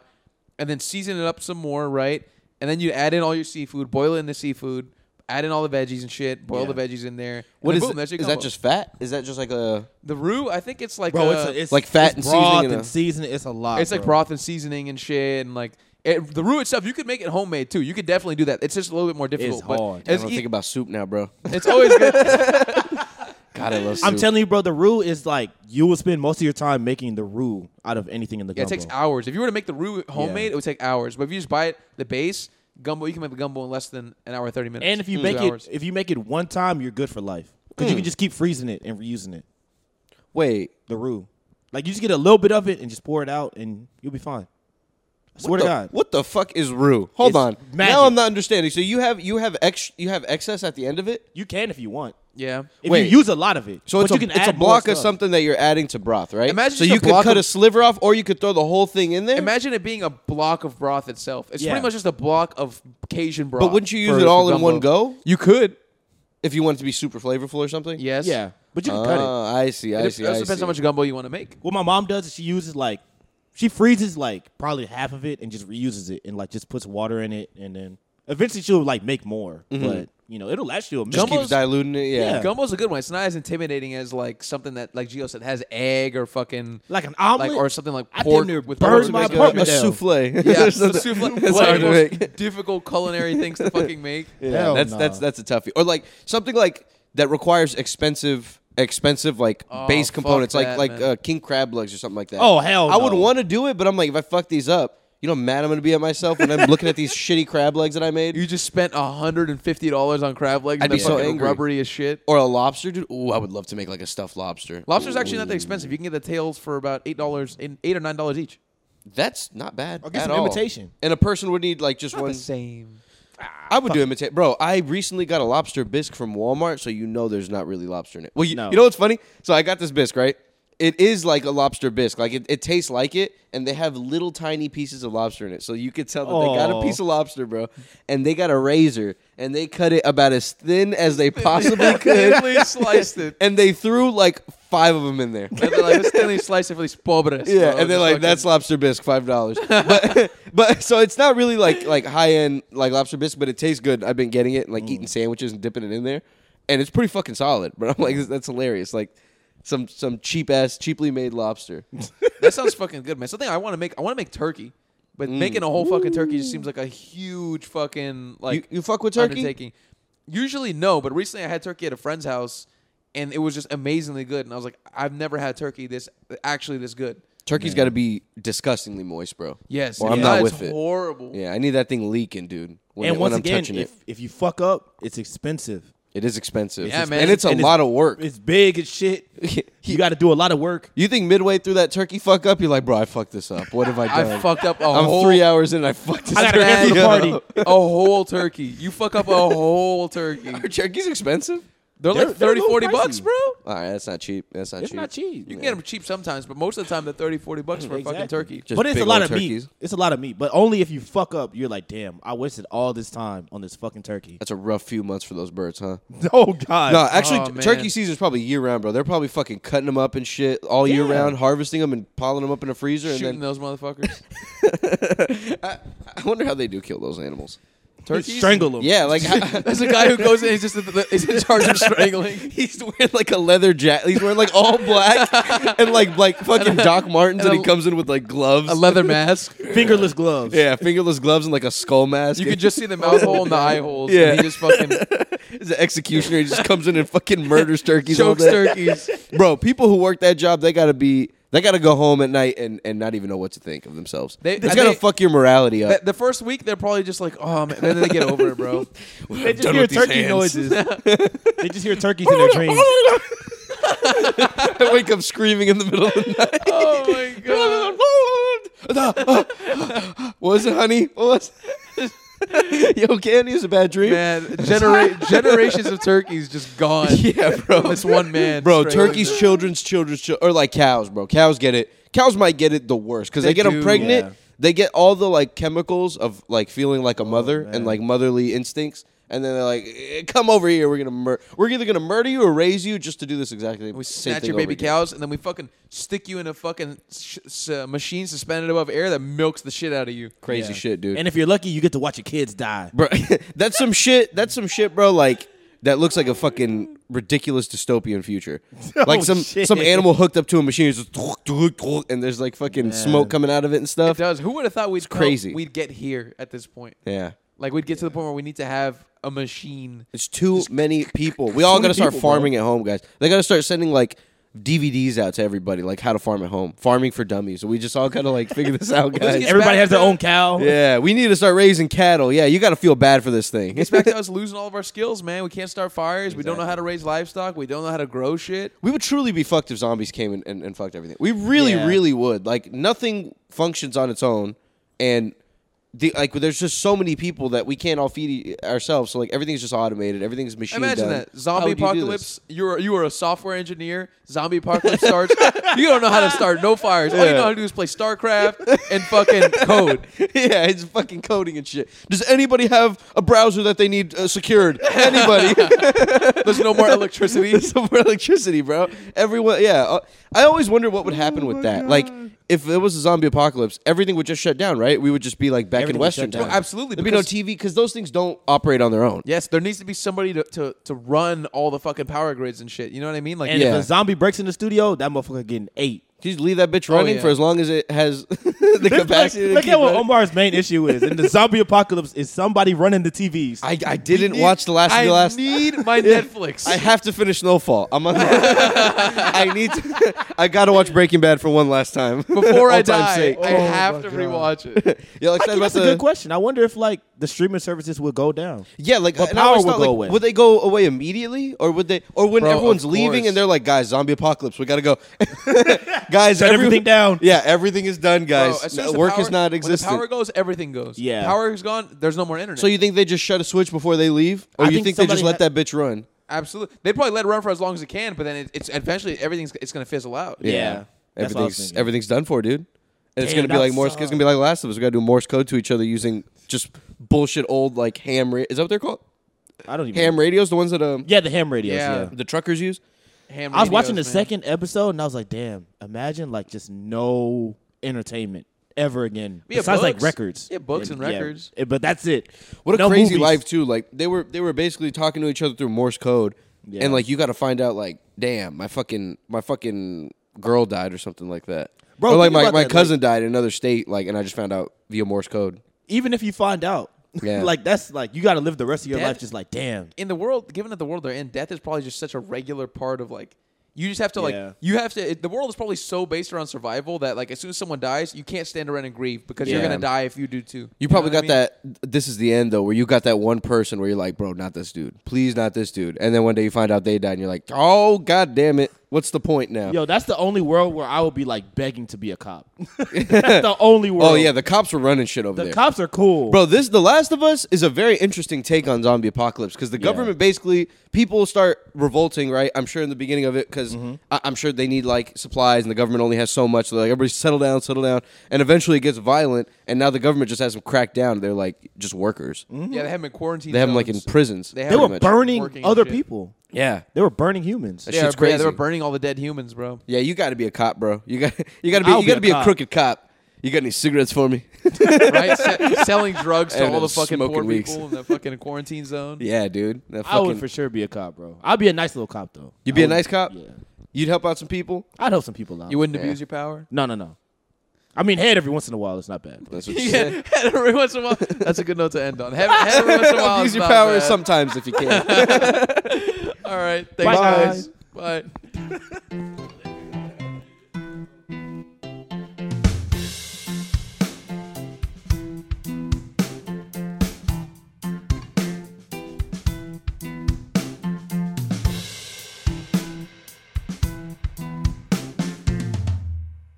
S1: and then season it up some more, right? And then you add in all your seafood, boil in the seafood, add in all the veggies and shit, boil the veggies in there. and
S3: What
S1: then
S3: is
S1: boom,
S3: it?
S1: that's your
S3: Is
S1: combo.
S3: that just fat? Is that just like a
S1: the roux? I think it's like
S2: Bro,
S1: uh,
S2: it's, a, it's
S3: Like fat
S2: it's
S3: and
S2: broth
S3: seasoning and
S2: and
S3: a-
S2: seasoning. It's a lot.
S1: It's like
S2: bro.
S1: broth and seasoning and shit, and like it, the roux itself. You could make it homemade too. You could definitely do that. It's just a little bit more difficult. but
S2: hard.
S3: I
S1: It's,
S3: don't
S1: e-
S3: think about soup now, bro.
S1: it's always good.
S3: God, I love soup.
S2: I'm telling you, bro, the roux is like you will spend most of your time making the roux out of anything in the
S1: Yeah, it
S2: gumbo.
S1: takes hours. If you were to make the roux homemade, it would take hours. But if you just buy it, the base gumbo, you can make the gumbo in less than an hour, and thirty minutes.
S2: and if you
S1: Two
S2: make
S1: hours.
S2: it, if you make it one time, you're good for life because you can just keep freezing it and reusing it.
S3: Wait,
S2: The roux, like you just get a little bit of it and just pour it out, and you'll be fine. I swear
S3: what
S2: to
S3: the,
S2: God.
S3: what the fuck is roux? Hold
S2: It's
S3: on.
S2: magic.
S3: Now I'm not understanding. So you have you have ex you have excess at the end of it.
S2: You can if you want.
S1: yeah.
S2: If
S3: Wait.
S2: you use a lot of it,
S3: So
S2: but
S3: it's,
S2: you
S3: a,
S2: can
S3: it's
S2: add
S3: a
S2: more
S3: block of
S2: stuff.
S3: something that you're adding to broth, right?
S1: Imagine
S3: so
S1: just a
S3: you could
S1: block
S3: cut
S1: of-
S3: a sliver off, or you could throw the whole thing in there.
S1: Imagine it being a block of broth itself. It's
S2: Yeah.
S1: pretty much just a block of Cajun broth.
S3: but wouldn't you use
S1: for-
S3: it all
S1: for
S3: in one
S1: gumbo.
S3: go
S1: You could.
S3: if you want it to be super flavorful or something?
S1: Yes.
S2: Yeah, but you can
S3: Oh,
S2: cut it.
S3: I see.
S1: It
S3: I
S1: dep-
S3: see.
S1: also
S3: I
S1: depends
S3: see.
S1: how much gumbo you want to make.
S2: What my mom does is she uses like she freezes like probably half of it and just reuses it and like just puts water in it and then eventually she'll like make more. But you know, it'll last you a
S3: Just
S2: minute.
S1: Gumbo's-
S3: keeps diluting it. Yeah.
S2: Yeah.
S1: Gumbo's a good one. It's not as intimidating as like something that, like Gio said, has egg or fucking
S2: Like an omelet?
S1: like or something like
S2: I damn
S1: pork
S2: near
S1: with pork
S2: burned my
S1: makeup.
S3: Like a, a
S2: apartment down.
S3: souffle.
S1: Yeah,
S3: Or
S1: it's the
S3: something.
S1: soup- like,
S3: That's
S1: one
S3: hard
S1: of the
S3: to
S1: most
S3: make.
S1: difficult culinary things to fucking make.
S3: Yeah,
S2: Hell
S3: that's
S2: nah.
S3: that's that's a toughie. Or like something like that requires expensive expensive like
S1: Oh,
S3: base
S1: fuck
S3: components
S1: that,
S3: like like
S1: man.
S3: uh, king crab legs or something like that.
S2: Oh, hell
S3: I would
S2: no.
S3: want to do it, but I'm like if I fuck these up, you know how mad I'm going to be at myself when I'm looking at these shitty crab legs that I made
S1: You just spent hundred and fifty dollars on crab legs.
S3: I'd
S1: and
S3: be
S1: they're
S3: so
S1: fucking
S3: angry.
S1: Rubbery as shit.
S3: or a lobster dude. Ooh, I would love to make like a stuffed lobster.
S1: Lobster's actually not that expensive. You can get the tails for about eight dollars, eight or nine dollars each.
S3: That's not bad
S2: Or get
S3: at
S2: some
S3: all.
S2: imitation.
S3: And a person would need like just one
S1: same.
S3: I would do imitate, bro. I recently got a lobster bisque from Walmart, so you know there's not really lobster in it. Well, you,
S2: No.
S3: you know what's funny? So I got this bisque, right? It is like a lobster bisque, like it, it tastes like it, and they have little tiny pieces of lobster in it. So you could tell that they got a
S2: Aw.
S3: piece of lobster, bro, and they got a razor and they cut it about as thin as they possibly could,
S1: Thinly sliced it.
S3: and they threw like five of them in there.
S1: And they're like, "Let's thinly slice it for these pobres."
S3: Yeah,
S1: bro."
S3: and they're
S1: Just
S3: like,
S1: fucking-
S3: "That's lobster bisque, five dollars." But but so it's not really like like high end like lobster bisque, but it tastes good. I've been getting it and like eating
S1: Mm.
S3: sandwiches and dipping it in there, and it's pretty fucking solid. But I'm like, "This- that's hilarious. Like some some cheap ass, cheaply made lobster.
S1: that sounds fucking good, man. Something I want to make. I want to make turkey. But making a whole fucking turkey just seems like a huge fucking like
S3: Mm. you fuck with turkey?
S1: undertaking. Usually no, but recently I had turkey at a friend's house, and it was just amazingly good. And I was like, I've never had turkey this actually this good.
S3: Turkey's got to be disgustingly moist, bro.
S1: Yes,
S3: Or
S1: if
S3: I'm not
S1: it's
S3: with it.
S1: horrible.
S3: Yeah, I need that thing leaking, dude. When,
S2: and
S3: it-
S2: once
S3: when I'm
S2: again,
S3: touching
S2: if
S3: it,
S2: if you fuck up, it's expensive.
S3: it is expensive.
S1: Yeah, man.
S3: And it's a
S2: And
S3: lot of work.
S2: It's big as shit. you got to do a lot of work.
S3: You think midway through that turkey fuck up, you're like, bro, I fucked this up. What have I
S1: I
S3: done?
S1: fucked up a
S3: I'm
S1: whole
S3: three hours in. and I fucked this
S2: I gotta
S3: turkey
S2: cancel the
S3: up.
S2: party.
S1: a whole turkey. You fuck up a whole turkey.
S3: Are turkeys expensive?
S1: They're
S2: They're-
S1: like
S2: they're
S1: 30,
S2: a little
S1: 40
S2: pricey.
S1: bucks, bro.
S3: All right, that's not cheap. That's not
S2: It's
S3: cheap.
S2: not cheap.
S1: You can get them cheap sometimes, but most of the time they're 30, 40 bucks for a fucking
S2: Mm, Exactly.
S1: turkey.
S3: Just
S2: but it's
S3: big
S2: a lot
S3: old
S2: of
S3: turkeys.
S2: meat. It's a lot of meat. But only if you fuck up, you're like, damn, I wasted all this time on this fucking turkey.
S3: That's a rough few months for those birds, huh?
S2: oh god.
S3: No, actually,
S1: oh,
S3: t-
S1: man.
S3: turkey season's probably year round, bro. They're probably fucking cutting them up and shit all year
S2: Yeah.
S3: round, harvesting them and piling them up in a freezer.
S1: Shooting
S3: And then
S1: those motherfuckers.
S3: I wonder how they do kill those animals.
S1: Turkeys?
S2: strangle them.
S3: Yeah, like how-
S1: There's a guy who goes in. He's just he's in charge of strangling.
S3: he's wearing like a leather jacket. He's wearing like all black and like like fucking Doc Martens, and,
S1: and a-
S3: he comes in with like gloves,
S1: A leather mask.
S2: Fingerless gloves.
S3: yeah, fingerless gloves, and like a skull mask.
S1: You can just see the mouth hole and the eye holes.
S3: Yeah.
S1: And he just fucking
S3: He's an executioner. He just comes in and fucking murders turkeys. all
S1: chokes
S3: day.
S1: turkeys.
S3: bro. People who work that job, they gotta be. They gotta go home at night and, and not even know what to think of themselves.
S1: They-
S3: it's
S1: I
S3: gotta
S1: think-
S3: fuck your morality up.
S1: The, the first week they're probably just like, oh man, then they get over it, bro. Oh
S2: They just hear turkey noises. they just hear turkeys in their dreams.
S3: I wake up screaming in the middle of the night.
S1: Oh my god.
S3: what was it, honey? What was it? Yo, candy is a bad dream.
S1: Man, genera- generations of turkeys just gone.
S3: Yeah,
S1: bro. This one man.
S3: Bro,
S1: strangling
S3: turkeys,
S1: them.
S3: children's, children's, chil- or like cows, bro. Cows get it. Cows might get it the worst because they,
S1: They
S3: get them
S1: do,
S3: pregnant.
S2: yeah.
S3: They get all the like chemicals of like feeling
S1: Oh,
S3: like a mother and
S2: man.
S3: like motherly instincts, and then they're like, "Eh, "Come over here. We're gonna mur- we're either gonna murder you or raise you just to do this exactly."
S1: We
S3: same
S1: snatch
S3: thing
S1: your
S3: over
S1: baby
S3: again."
S1: cows and then we fucking stick you in a fucking sh- s- uh, machine suspended above air that milks the shit out of you.
S3: Crazy
S2: Yeah.
S3: shit, dude.
S2: And if you're lucky, you get to watch your kids die.
S3: bro. that's some shit. That's some shit, bro. Like that looks like a fucking ridiculous dystopian future.
S1: Oh,
S3: like some
S2: shit.
S3: some animal hooked up to a machine, it's just thwok, thwok, thwok, and there's like fucking smoke coming out of it and
S1: It
S3: stuff.
S1: does. Who would have thought we'd felt
S3: crazy.
S1: We'd get here at this point.
S3: Yeah,
S1: Like we'd get to the point where we need to have a machine.
S3: it's too many people. We all
S2: too
S3: got to
S2: many
S3: start
S2: people, bro.
S3: farming at home, guys. They got to start sending like. DVDs out to everybody, like how to farm at home, farming for dummies. We just all gotta like figure this out,
S1: let's
S3: guys.
S1: get-
S2: Everybody
S1: back
S2: has their
S1: to-
S2: own cow.
S3: Yeah, we need to start raising cattle. Yeah, you gotta feel bad for this thing.
S1: It's back to us losing all of our skills, man. We can't start fires. We don't know how to raise livestock. We don't know how to grow shit.
S3: We would truly be fucked if zombies came and, and, and fucked everything. We really,
S2: Yeah.
S3: really would. Like nothing functions on its own, and the, like there's just so many people that we can't all feed e- ourselves. So like everything's just automated. Everything's machine.
S1: Imagine
S3: done.
S1: that zombie
S3: How would you do
S1: apocalypse. You are you are a software engineer. Zombie apocalypse starts. you don't know how to start no fires. All you know how to do is play StarCraft and fucking code.
S3: this? yeah, it's fucking coding and shit. Does anybody have a browser that they need uh, secured? Anybody?
S1: There's no more electricity.
S3: some more electricity, bro. Everyone, yeah. uh, I always wonder what would happen with
S2: Oh
S3: that. Like, if it was a zombie apocalypse, everything would just shut down, right? We would just be like back in
S2: Everything would
S3: Western
S2: shut down.
S3: time.
S1: No, absolutely,
S3: There'd be no
S1: because-
S3: TV because those things don't operate on their own.
S1: Yes, there needs to be somebody to, to, to run all the fucking power grids and shit. You know what I mean? Like,
S2: And
S3: Yeah.
S2: if a zombie breaks in the studio, that motherfucker getting eight.
S3: Just leave that
S2: Oh,
S3: bitch running
S1: yeah.
S3: for as long as it has the capacity. to
S2: look
S3: keep
S2: at what
S3: running.
S2: Omar's main issue is. In the zombie apocalypse, is somebody running the TVs.
S3: I, I didn't
S1: need-
S3: watch the last.
S1: I
S3: the last.
S1: need my Netflix.
S3: I have to finish Snowfall. I'm. On, I need. To, I gotta watch Breaking Bad for one last time
S1: Before I
S3: All time's
S1: die,
S3: sake.
S1: I have to rewatch it.
S3: Y'all
S2: Oh. I
S3: excited
S2: think
S3: about
S2: that's a
S3: the-
S2: good question. I wonder if like the streaming services would go down.
S3: Yeah, like
S2: But
S3: and I always
S2: power would
S3: thought,
S2: go
S3: like,
S2: away.
S3: Would they go away immediately, or would they, or when
S1: Bro,
S3: everyone's
S1: of
S3: leaving
S1: course.
S3: and they're like, "Guys, zombie apocalypse, we gotta go." guys,
S2: Shut everything down.
S3: Yeah, everything is done, guys.
S1: Bro, as soon
S3: No,
S1: as the
S3: work
S1: power-
S3: is not
S1: when the power
S3: existent.
S1: goes, everything goes.
S2: Yeah.
S1: power is gone. There's no more internet.
S3: So you think they just shut a switch before they leave, or
S2: I
S3: you
S2: think
S3: think, they just let
S2: somebody
S3: that bitch run?
S1: absolutely, they probably let it run for as long as it can, but then it, it's eventually everything's it's gonna fizzle out.
S2: Yeah. That's what I was
S3: everything's
S2: thinking.
S3: everything's done for, dude. And it's
S2: Damn,
S3: gonna be
S2: that
S3: like Morse. It's
S2: sucks.
S3: gonna be like Last of Us. We gotta do Morse code to each other using just bullshit old like ham. Ra- is that what they're called?
S2: I don't even.
S3: Ham radios, the ones that um
S2: yeah, the ham radios.
S1: Yeah.
S2: Yeah.
S3: the truckers use.
S1: Ham
S2: I was watching the
S1: radios, man.
S2: second episode and I was like, damn, imagine like just no entertainment ever again.
S1: Yeah,
S2: Besides like
S1: books.
S2: records.
S1: Yeah, books and records.
S2: yeah, eh, but that's it.
S3: What a
S2: No
S3: crazy
S2: movies.
S3: life too. Like they were they were basically talking to each other through Morse code,
S2: Yeah.
S3: and like you got to find out like, damn, my fucking my fucking girl died or something like that.
S2: Bro,
S3: or like
S2: think
S3: my,
S2: about
S3: my
S2: that,
S3: cousin died in another state, like, and I just found out via Morse code.
S2: even if you find out,
S3: Yeah.
S2: like that's like you got to live the rest of your
S1: Death-
S2: life just like damn.
S1: in the world, given that the world they're in, death is probably just such a regular part of like. You just have to like
S2: Yeah.
S1: you have to. It, the world is probably so based around survival that like as soon as someone dies, you can't stand around and grieve because you're
S3: Yeah.
S1: gonna die if you do too.
S3: You probably
S1: know
S3: got
S1: what I mean?
S3: that. This is the end though, where you got that one person where you're like, bro, not this dude. Please, not this dude. And then one day you find out they died, and you're like, oh god damn it, what's the point now?
S4: Yo, that's the only world where I would be like begging to be a cop. that's the only world.
S3: oh yeah, the cops were running shit over
S4: the
S3: there.
S4: cops are cool,
S3: Bro, this The Last of Us is a very interesting take on zombie apocalypse because the government basically people start revolting, right? I'm sure in the beginning of it because I'm sure they need like supplies and the government only has so much. So they're like, everybody settle down, settle down, and eventually it gets violent. And now the government just has them cracked down. They're like just workers.
S1: Yeah, they have them in quarantine.
S3: They have them like in
S1: zones.
S3: prisons.
S1: Mm-hmm. They
S2: They
S1: pretty
S2: were
S1: much working
S2: burning
S1: and
S2: other
S1: shit.
S2: people.
S3: yeah,
S2: They were burning humans.
S3: That
S1: Yeah,
S3: shit's
S1: bro, yeah,
S3: crazy.
S1: they were burning all the dead humans, bro.
S3: yeah. You got to be a cop, bro. You got you got to be
S2: I'll
S3: you got to
S2: be
S3: be
S2: a
S3: a
S2: cop.
S3: crooked cop. You got any cigarettes for me?
S1: Right, Se- selling drugs to
S3: And
S1: all the
S3: then
S1: fucking poor
S3: smoking weeks.
S1: people in the fucking quarantine zone.
S3: yeah, dude. That
S4: I
S3: fucking,
S4: would for sure be a cop, bro. I'd be a nice little cop though.
S3: You'd be
S4: I
S3: a
S4: would-
S3: nice cop.
S4: Yeah,
S3: You'd help out some people.
S4: I'd help some people out.
S1: You wouldn't
S3: Yeah.
S1: abuse your power.
S4: no, no, no. I mean, head every once in a while. It's not bad.
S3: That's what you said.
S1: Yeah, every once in a while. That's a good note to end on. Every, every once in a while,
S3: Abuse
S1: is
S3: your
S1: not
S3: power
S1: bad.
S3: sometimes if you can.
S1: All right, thanks
S2: Bye.
S1: guys. Bye.